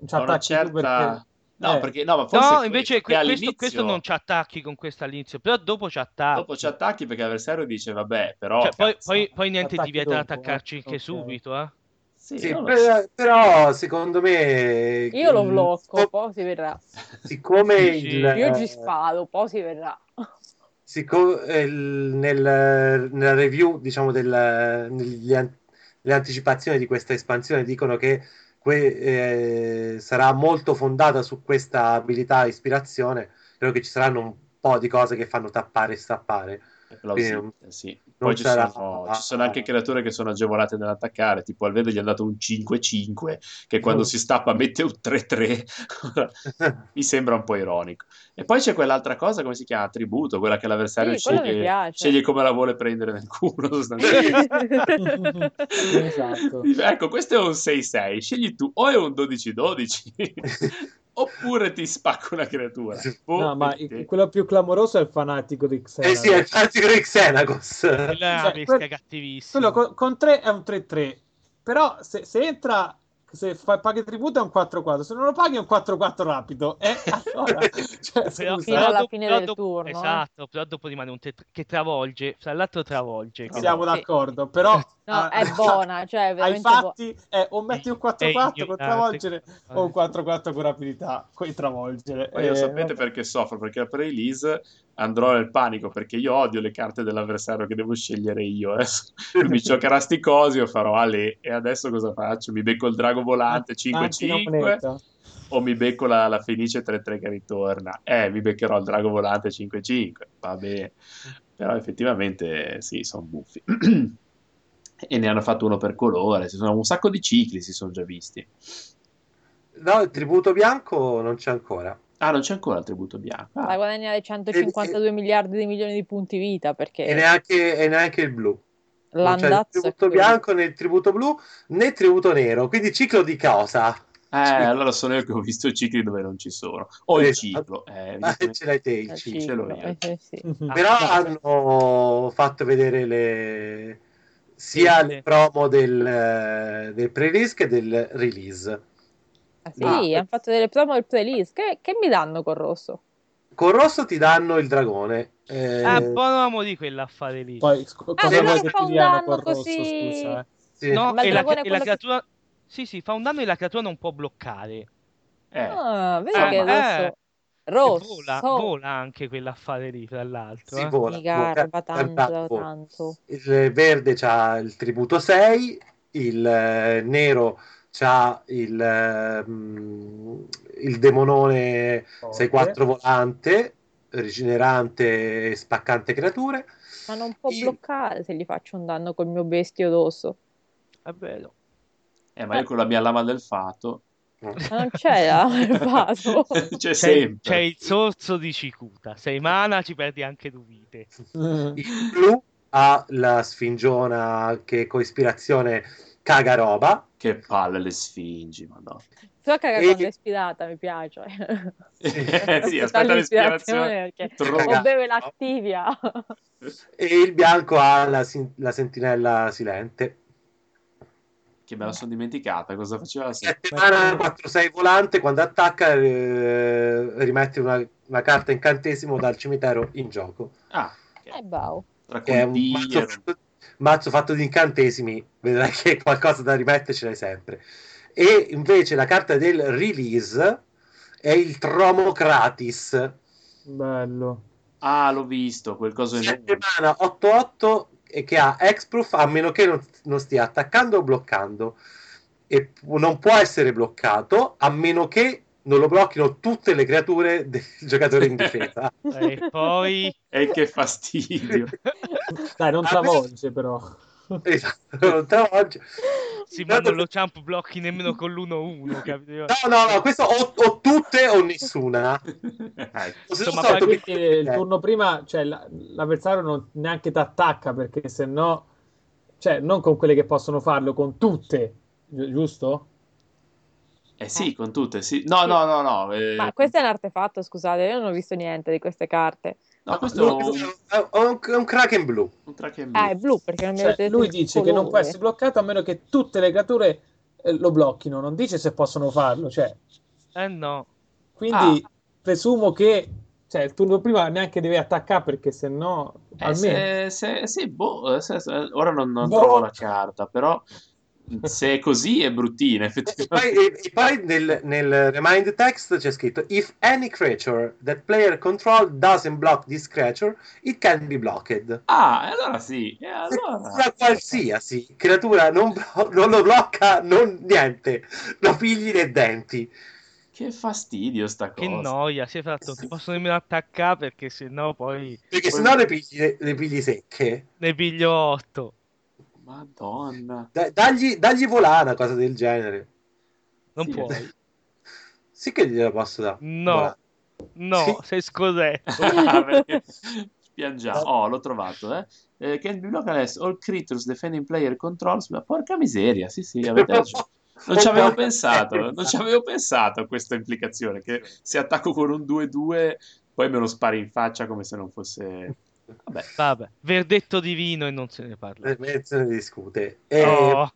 G: ci
E: Ha una
G: attacchi tu
E: certa...
G: perché
E: No,
G: eh.
E: perché... No, ma forse...
C: No,
E: è
C: invece
E: quello,
C: que-
E: che
C: questo, questo
E: all'inizio-
C: non ci attacchi con questo all'inizio, però dopo ci attacchi.
E: Dopo ci attacchi perché l'avversario dice, vabbè, però...
C: Cioè, poi,
E: cazzo.
C: poi, poi niente ti
G: Attacchi
C: vieta di
G: dopo,
C: attaccarci
G: eh.
C: anche
G: Ok.
C: subito, eh.
E: Sì,
D: Sì,
E: non lo so.
D: per- però secondo me
B: Io lo
D: il-
B: blocco, poi si vedrà.
D: Siccome
C: Sì, sì.
D: il eh,
B: Io ci sparo, poi si vedrà.
D: Sicco- eh, il- nel- nella review, diciamo, del, negli an- nelle anticipazioni di questa espansione dicono che que- eh, sarà molto fondata su questa abilità ispirazione. Credo che ci saranno un po' di cose che fanno tappare e stappare.
E: È plausibile, Eh, sì. Poi ci
D: sarà-
E: sono, ci sono anche creature che sono agevolate nell'attaccare, tipo al Vede gli è andato un 5-5, che quando si stappa mette un 3-3. Ora, mi sembra un po' ironico. E poi c'è quell'altra cosa, come si chiama? Tributo, quella che l'avversario
B: Sì, quello mi
E: sceglie,
B: piace.
E: sceglie come la vuole prendere nel culo, sostanzialmente.
G: Esatto.
E: Ecco, questo è un 6-6, scegli tu, o è un 12-12, oppure ti spacco una creatura. Boh,
G: No, ma
E: vedi te.
G: i- quello più clamoroso è il fanatico di Xena.
D: Eh sì, è il fanatico di Xenagos.
C: Quella è una
G: Cioè,
C: bestia
G: quel-
C: cattivissima.
G: Quello con, con 3 è un 3-3. Però se, se entra, se fa- paghi tributo è un 4-4. Se non lo paghi è un 4-4 rapido. Eh, allora, cioè,
C: Però-
G: scusa,
B: Fino alla
C: dopo-
B: fine
C: però
B: del
C: dopo-
B: turno, eh.
C: Esatto, però dopo rimane un tetr- che travolge, fra l'altro travolge. quindi-
G: eh, siamo d'accordo. Però
B: No,
G: ah,
B: è buona, cioè è
G: ai
B: veramente buona.
G: fatti è o metti un 4-4 con
C: ignorante.
G: travolgere
C: Eh,
G: o un 4-4 con rapidità con travolgere.
E: Ma io
G: Eh,
E: sapete
G: vabbè.
E: perché soffro? Perché a pre-release andrò nel panico perché io odio le carte dell'avversario che devo scegliere io. eh. Lui mi giocherà sti cosi, io farò Ale. E adesso cosa faccio? Mi becco il drago volante
G: Tanti una
E: 5-5
G: moneta.
E: o mi becco la, la Fenice 3-3 che ritorna? Eh, mi beccherò il drago volante 5-5. Va bene. Però effettivamente sì, sono buffi. e ne hanno fatto uno per colore. Si sono un sacco di cicli, si sono già visti.
D: No, il tributo bianco non c'è ancora.
E: Ah, non c'è ancora il tributo bianco. Ah.
B: Vai a guadagnare 152 miliardi di milioni di punti vita perché
D: E neanche, e neanche il blu. Non c'è il
B: l'andazzo Eh. è
D: tributo
B: quello.
D: bianco né il tributo blu né il tributo nero, quindi ciclo di causa.
E: Eh, allora sono io che ho visto i cicli dove non ci sono. O il ciclo. Eh,
D: Ah, ce l'hai te il
B: Al
D: ciclo.
E: sì, ce l'ho
B: ciclo,
E: io.
B: eh, sì, sì.
G: Mhm.
D: Però
C: Ah,
D: hanno fatto vedere le... sia
C: Sì,
D: le
C: sì.
D: promo del, eh, del pre-release che del release.
B: Ah, sì,
D: Ah.
B: hanno fatto delle promo del playlist. Che, che mi danno col rosso?
D: Con rosso ti danno il dragone. eh,
C: Ah, buono di quell'affare lì.
G: Poi sc- cosa
D: però
G: vuoi
D: fa
G: che
B: un
G: ti diano
B: danno
G: col rosso,
B: così.
G: scusa? eh?
D: sì.
C: No,
B: Ma il dragone
C: e la, e
B: è
C: la
B: quello che-
C: creatura... Sì, sì, fa un danno e la creatura non può bloccare.
E: Eh,
B: Ah, vedi
E: Eh,
B: che
E: ma-
B: rosso.
C: eh,
B: rosso.
C: Vola, vola anche quell'affare lì, tra l'altro.
D: Si
C: eh.
D: vola.
B: Mi garba
D: vola, guardate,
B: tanto,
D: vola.
B: tanto.
D: Il verde c'ha il tributo 6, il eh, nero c'ha il, eh, mh, il demonone
G: Forte.
D: 6-4 volante, rigenerante e spaccante creature.
B: Ma non può
D: Il-
B: bloccare se gli faccio un danno col mio bestio rosso.
C: È vero.
E: eh, ma io con la mia lama del fato.
B: Ma non c'è la il vaso.
E: C'è
C: C'è,
E: sempre.
C: c'è il sorso di Cicuta. Sei mana, ci perdi anche due vite.
G: Mm.
D: Il blu ha la sfingiona che con ispirazione caga roba.
E: Che palle le sfingi, madonna.
B: So che
D: E-
B: quando è ispirata mi piace.
E: Eh, sì, aspetta
B: Aspettare
E: l'ispirazione.
B: perché
E: Trova.
B: O beve l'attivia.
D: E il bianco ha la, sin- la sentinella silente.
E: Che me la sono dimenticata. Cosa faceva la sera?
D: 7 mana 4-6 volante. Quando attacca, eh, rimette una, una carta incantesimo dal cimitero in gioco.
E: Ah,
B: E bau.
E: tra
D: Che è un mazzo
E: condigliero.
D: fatto, mazzo fatto di incantesimi. Vedrai che qualcosa da rimettere ce l'hai sempre. E invece la carta del release è il Tromocratis.
G: Bello.
E: Ah, l'ho visto, quel coso enorme.
D: settimana 8-8 e che ha X-Proof a meno che non, non stia attaccando o bloccando e pu- non può essere bloccato a meno che non lo blocchino tutte le creature del giocatore in difesa
C: E poi...
E: E Eh, che fastidio.
G: Dai, non
D: Ah,
G: travolge però.
D: Esatto, tra oggi-
C: Sì, ma non lo champ blocchi nemmeno con l'1-1, capito?
D: no no no questo o, o tutte o nessuna
E: Ecco.
D: Se
C: Insomma,
D: sono stato
C: poi
G: Perché il
D: eh,
G: turno prima, cioè, la- l'avversario non neanche ti attacca perché se no, cioè, non con quelle che possono farlo, con tutte, gi- giusto?
E: Eh sì, con tutte, sì. No, no, no, no. eh,
B: Ma questo è un artefatto, scusate, io non ho visto niente di queste carte.
E: no, questo
D: lui-
E: è un,
D: è un, è un Kraken blu
E: un track and
B: Ah,
E: blue.
B: è blu perché non mi
G: Cioè,
B: avete detto
G: lui
B: il
G: dice che non può
B: colore.
G: essere bloccato a meno che tutte le creature eh, lo blocchino, non dice se possono farlo, cioè,
C: Eh no.
G: quindi presumo che cioè, il turno prima neanche deve attaccare perché se no,
E: Eh, se,
G: almeno...
E: se- sì, boh, eh, se- se- ora non, non
G: Boh.
E: trovo la carta, però se è così è bruttina,
D: E
E: effettivamente.
D: poi, e- e poi nel, nel remind text c'è scritto: If any creature that player control doesn't block this creature, it can be blocked.
E: Ah, e allora Ah, sì, e
D: Se
E: allora...
D: Una qualsiasi creatura non, blo- non lo blocca, non niente, lo pigli nei denti.
E: Che fastidio sta
C: Che
E: cosa.
C: noia, si è fatto, non ti posso nemmeno attaccare perché sennò poi
D: Perché se no le pigli, le pigli secche.
C: ne piglio 8.
E: Madonna.
D: Da- dagli, dagli volana, cosa del genere.
C: Non
E: Sì,
C: puoi.
D: Sì, che gliela posso dare.
C: No,
D: Volana.
C: no, sei scorretto.
E: Ah, perché piangiamo. Oh, l'ho trovato, eh. Eh, Can be blocked unless all creatures defending player controls. Ma porca miseria, sì, sì, avete ragione. Non ci avevo pensato, non ci avevo pensato a questa implicazione, che se attacco con un 2-2 poi me lo spari in faccia come se non fosse... Vabbè,
C: Vabbè, verdetto divino e non se ne parla.
D: Eh, Se ne discute. E-
C: Oh,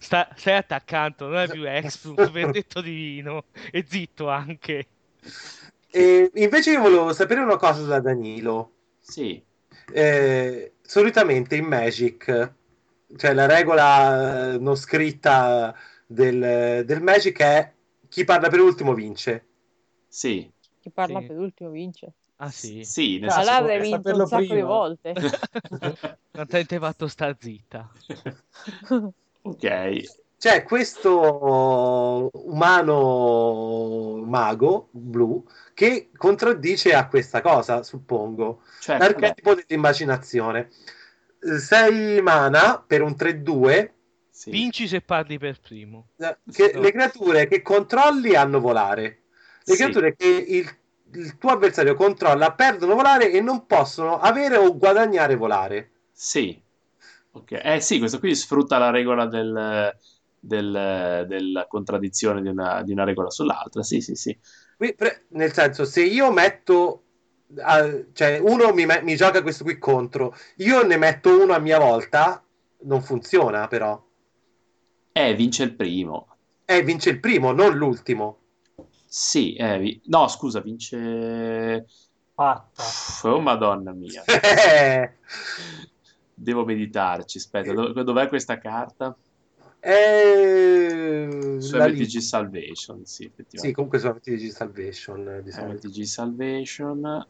C: sta- stai attaccando, non è più Exproof, verdetto divino. E zitto anche.
D: e invece io volevo sapere una cosa da Danilo.
E: sì.
D: Eh, solitamente in Magic, cioè la regola eh, non scritta del, del Magic è chi parla per ultimo vince.
E: Sì,
B: Chi parla
C: Sì.
B: per ultimo vince.
C: Ah sì.
E: sì, nel
G: Ah,
B: allora
E: senso
G: può
B: avrei
E: che-
B: vinto
G: saperlo
B: un sacco di
G: prima.
B: volte.
C: Contente fatto sta zitta.
E: ok,
D: C'è questo umano mago blu che contraddice a questa cosa, suppongo.
E: cioè, vabbè,
D: L'archetipo dell'immaginazione. 6 Eh, mana per un 3-2
E: sì.
C: Vinci se parli per primo.
D: eh, che
E: No.
D: le creature che controlli hanno volare. Le
E: Sì.
D: creature che il, il tuo avversario controlla perdono volare e non possono avere o guadagnare volare.
E: Sì, ok. Eh sì, questo qui sfrutta la regola del, del- della contraddizione di una, di una regola sull'altra. Sì, sì, sì.
D: Qui, pre- nel senso, se io metto, ah, cioè uno mi, me- mi gioca questo qui contro, io ne metto uno a mia volta, non funziona però.
E: Eh, vince il primo.
D: Eh, vince il primo, non l'ultimo.
E: Sì, eh, vi- no, scusa, vince.
G: Fatta.
E: Pff, oh, madonna mia.
D: Eh,
E: Devo meditarci. Aspetta, dov- dov'è questa carta?
D: Eh,
E: Su
D: la lista-
E: MTG Salvation. Sì,
D: Sì,
E: effettivamente.
D: comunque su MTG Salvation eh, di solito.
E: MTG Salvation.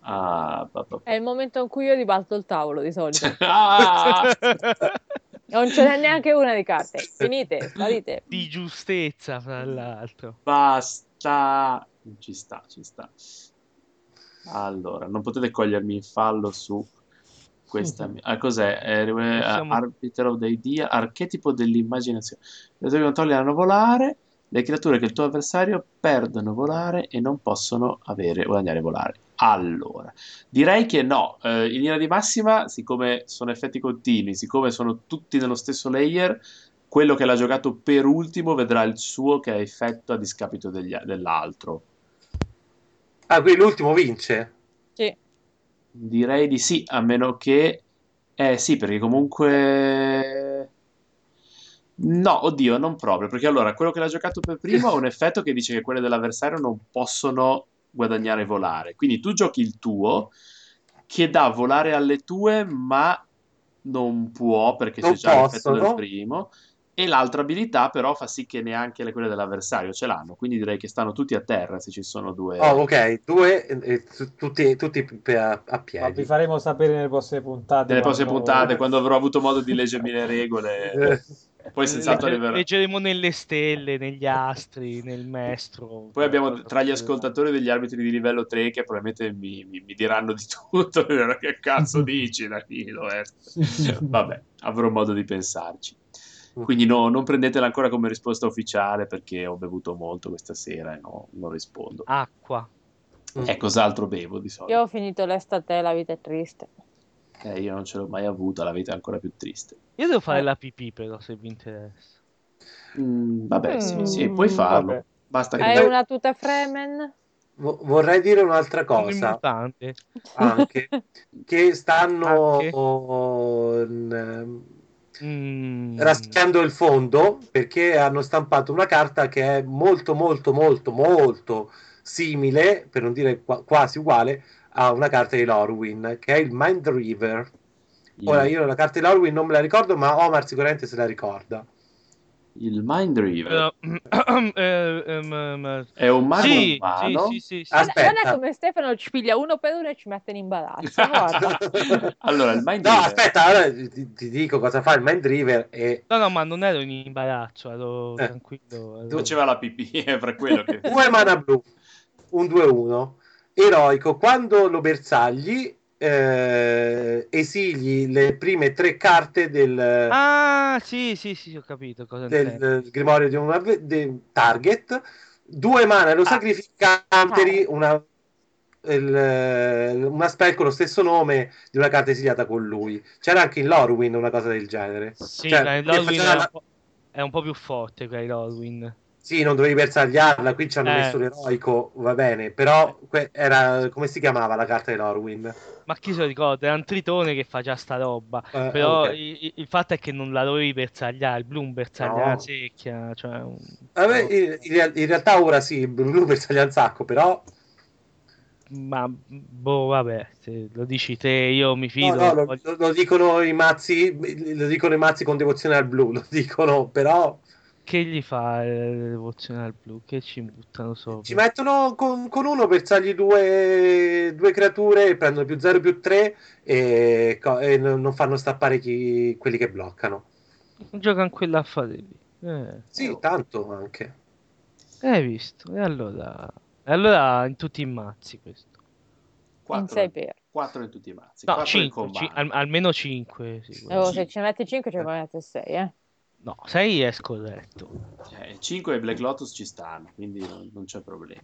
E: Ah, pa- pa-
B: È il momento in cui io ribalto il tavolo di solito.
E: Ah!
B: Non ce n'è neanche una di carte. Finite, sparite.
C: di giustezza, fra l'altro.
E: Basta. Ci sta, ci sta. Allora, non potete cogliermi in fallo su questa. mia- Ah, cos'è? Eh, eh,
C: Possiamo-
E: Arbitro dei dia, archetipo dell'immaginazione. Le tue controlli hanno volare. Le creature che il tuo avversario perdono volare e non possono avere guadagnare volare. Allora, direi che no. Eh, in linea di massima, siccome sono effetti continui, siccome sono tutti nello stesso layer, quello che l'ha giocato per ultimo vedrà il suo che ha effetto a discapito degli- dell'altro.
D: Ah, qui l'ultimo vince.
B: Sì.
E: Direi di sì, a meno che... Eh sì, perché comunque... No, oddio, non proprio, perché allora quello che l'ha giocato per primo ha un effetto che dice che quelle dell'avversario non possono guadagnare volare. Quindi tu giochi il tuo, che dà volare alle tue, ma non può perché
D: Non
E: c'è già l'effetto
D: possono.
E: del primo. E l'altra abilità però fa sì che neanche le- quelle dell'avversario ce l'hanno, quindi direi che stanno tutti a terra se ci sono due...
D: Oh, ok, due, eh, eh, tu- tutti, tutti pe- a, a
G: Ma vi
D: piedi.
G: faremo sapere nelle prossime puntate.
E: Nelle prossime
G: quando-
E: puntate, quando avrò avuto modo di leggermi le regole.
D: Eh,
E: Poi senz'altro
C: Legge-
E: arriverà.
C: leggeremo nelle stelle, negli astri, nel maestro.
E: Poi abbiamo tra gli ascoltatori degli arbitri di livello 3 che probabilmente mi, mi- mi diranno di tutto. che cazzo dici, Danilo? eh? Vabbè, avrò modo di pensarci. Quindi no, non prendetela ancora come risposta ufficiale perché ho bevuto molto questa sera e no, non rispondo.
C: acqua.
E: E cos'altro bevo di solito?
B: Io ho finito l'estate, la vita è triste.
E: Eh, io non ce l'ho mai avuta, la vita è ancora più triste.
C: Io devo fare la pipì però se vi interessa.
E: Mm, vabbè,
B: Mm,
E: sì, sì, puoi farlo.
G: vabbè.
E: Basta che...
B: Hai
D: beh-
B: una tuta Fremen?
D: vo- vorrei dire un'altra
C: Sono in
D: cosa
C: mutande.
D: anche che stanno
C: Anche?
D: oh, n-
C: Mm.
D: raschiando il fondo perché hanno stampato una carta che è molto molto molto molto simile, per non dire qua- quasi uguale, a una carta di Lorwyn che è il Mind River. Ora
E: il-
D: io la carta di Lorwyn non me la ricordo, ma Omar sicuramente se la ricorda.
E: Il Mind River
C: Però- eh, ehm, ehm,
E: è un mago
C: sì,
E: umano.
C: sì, sì, sì, sì.
D: Aspetta.
B: Guarda come Stefano ci piglia uno per uno e ci mette in
C: Esatto.
B: imbarazzo. guarda.
E: allora, il Mind
D: No,
E: River
D: aspetta, allora ti, ti dico cosa fa il Mind River e
C: No, no, ma non ero in imbarazzo, ero
D: Eh.
C: tranquillo. ero-
E: faceva la pipì, è per quello che...
D: due mana blu, un 2-1, eroico, quando lo bersagli eh, esili le prime tre carte del,
C: Ah, sì, sì, sì, ho capito cosa
D: del,
C: intendi.
D: eh, grimorio di un avve- de- target, due mana lo sacrifica, counteri una, il, eh, una spell con lo stesso nome di una carta esiliata con lui. C'era anche in Lorwyn una cosa del genere.
C: Sì,
D: Cioè,
C: ma il
D: perché
C: Lorwyn
D: faceva
C: è,
D: la-
C: un po'- è un po' più forte quella di Lorwyn.
D: Sì, non dovevi bersagliarla, qui ci hanno
C: Eh.
D: messo l'eroico, va bene, però que- era come si chiamava la carta di Lorwyn?
C: Ma chi se lo ricorda? È un tritone che fa già sta roba.
D: Eh,
C: Però
D: ok.
C: i- i- il fatto è che non la dovevi bersagliare, il Bloom bersaglia
D: No.
C: una secchia, cioè un-
D: A me, in, in real- in realtà ora sì, il blu bersaglia un sacco, però
C: Ma boh, vabbè, se lo dici te, io mi
D: no,
C: fido.
D: no, lo,
C: voglio-
D: lo- lo dicono i mazzi, lo dicono i mazzi con devozione al blu, lo dicono, però
C: Che gli fa eh, l'evoluzione al blu? Che ci buttano sopra?
D: ci mettono con, con uno bersagli due, due creature, prendono più 0 più 3 e, co- e non non fanno stappare chi- quelli che bloccano.
C: Giocano quell'affare lì. Eh, eh,
D: Sì,
C: oh.
D: tanto anche.
C: Hai visto? E allora... E allora in tutti i mazzi questo.
B: In sei per.
E: 4 in tutti i mazzi,
C: No,
E: 4 in
C: 5,
E: combattimento.
C: almeno 5.
B: Oh,
E: Sì.
B: se ci metti 5 ci metti 6, eh.
C: No, 6 è scorretto.
E: Eh, 5 e Black Lotus ci stanno, quindi non, non c'è problema.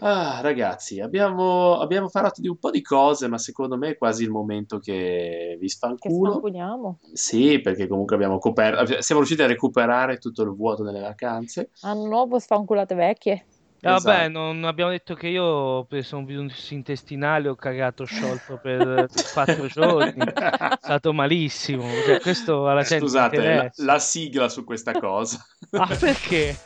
E: Ah, ragazzi, abbiamo, abbiamo parlato di un po' di cose, ma secondo me è quasi il momento che vi
B: Che
E: sfanculo.
B: scampuniamo.
E: Sì, perché comunque abbiamo coperto, siamo riusciti a recuperare tutto il vuoto delle vacanze.
B: A nuovo sfanculate vecchie.
C: Ah, Vabbè,
E: Esatto.
C: non abbiamo detto che io ho preso un virus intestinale, ho cagato sciolto per quattro giorni. È stato malissimo. Cioè, questo alla gente
E: Eh, Scusate, la,
C: interessa.
E: la sigla su questa cosa.
C: Ah, perché?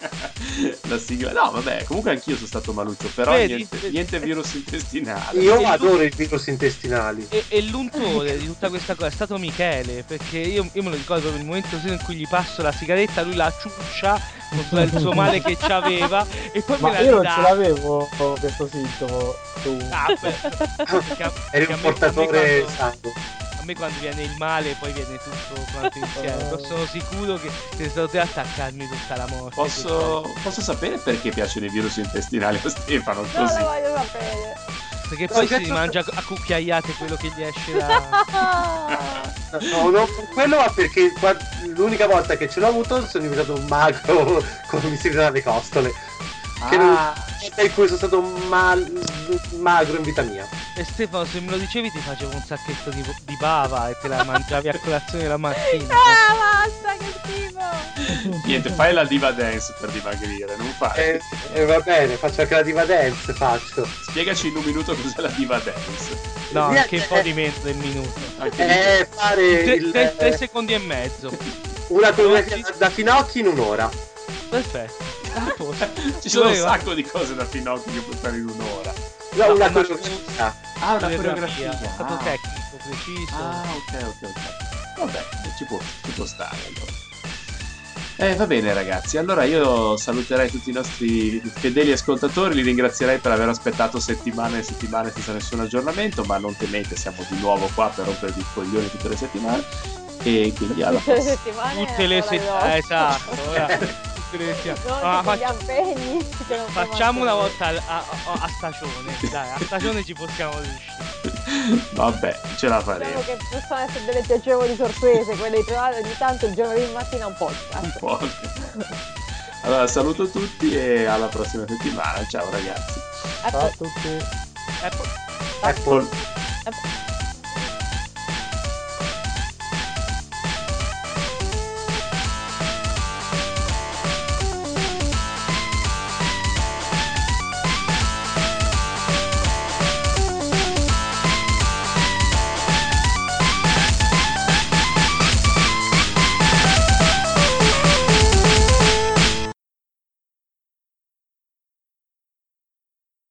E: La sigla, no, vabbè, comunque anch'io sono stato maluccio, però
C: Vedi?
E: niente, niente virus intestinale.
D: Io adoro i virus intestinali.
C: E, e l'untore di tutta questa cosa è stato Michele, perché io, io me lo ricordo nel momento in cui gli passo la sigaretta, lui la ciuccia con il suo male che c'aveva e poi me
G: Ma
C: la
G: io non
C: ridà.
G: ce l'avevo questo sintomo. su-
C: Ah, beh, perché a- perché a me-
D: Eri un
C: a me
D: portatore
C: quando-
D: sano.
C: A me quando viene il male poi viene tutto quanto insieme. Però sono sicuro che sei stato te a attaccarmi tutta la morte.
E: Posso, posso sapere perché piacciono i virus intestinali a Stefano?
B: Non lo
E: Così.
B: voglio sapere.
C: Perché poi si
D: Perché-
C: mangia a cucchiaiate quello che gli esce da...
D: No, no, quello ma perché qua- l'unica volta che ce l'ho avuto sono diventato un mago con mi si le costole. Che non-
E: Ah,
D: Per cui sono stato mal- magro in vita mia.
C: E Stefano, se me lo dicevi ti facevo un sacchetto di, di bava e te la mangiavi a colazione la mattina.
B: Ah, basta, che schifo.
E: niente, fai la diva dance per dimagrire, non fai.
C: Eh.
D: E, e Eh, va bene, faccio anche la diva dance, faccio.
E: Spiegaci in un minuto cos'è la diva dance.
C: No,
D: Niente,
C: anche un po' di meno del minuto.
E: Anche
C: Eh.
E: lì.
D: È Eh, fare
C: Tre,
D: il-
C: tre- tre secondi e mezzo.
D: una coreografia da- da finocchi in un'ora.
C: Perfetto. A posto.
E: Ah, Ci sono un
C: Doveva.
E: sacco di cose da finocchio che puoi fare in un'ora.
D: No,
C: No,
D: una
C: ma-
D: coreografia.
E: Ah,
C: Coreografia. È stato
E: Ah.
C: tecnico, preciso.
E: Ah, ok, ok, ok. Vabbè, ci può, ci può stare allora. Eh, va bene ragazzi, allora io saluterei tutti i nostri fedeli ascoltatori, li ringrazierei per aver aspettato settimane e settimane senza nessun aggiornamento, ma non temete, siamo di nuovo qua per rompervi i coglioni tutte le settimane e quindi alla
B: Tutte le
E: prossima.
B: settimane.
C: Tutte le
B: allora
C: settimane.
B: no.
C: esatto. ora. Tutte le settimane.
B: Non
C: Ah,
B: tutti
C: fac-
B: gli impegni che non
C: Facciamo
B: possiamo
C: una volta al- a, a- a stagione. Dai, a stagione ci possiamo riuscire.
E: Vabbè, ce la
B: sapere.
E: faremo.
B: Speriamo Diciamo che possono essere delle piacevoli sorprese, quelle di trovare ogni tanto il giovedì mattina un
E: Un
B: podcast.
E: po'. Allora saluto tutti e alla prossima
B: Ecco,
E: settimana, ciao ragazzi.
G: Ciao a tutti.
C: Ecco.
D: Apple.
B: Apple.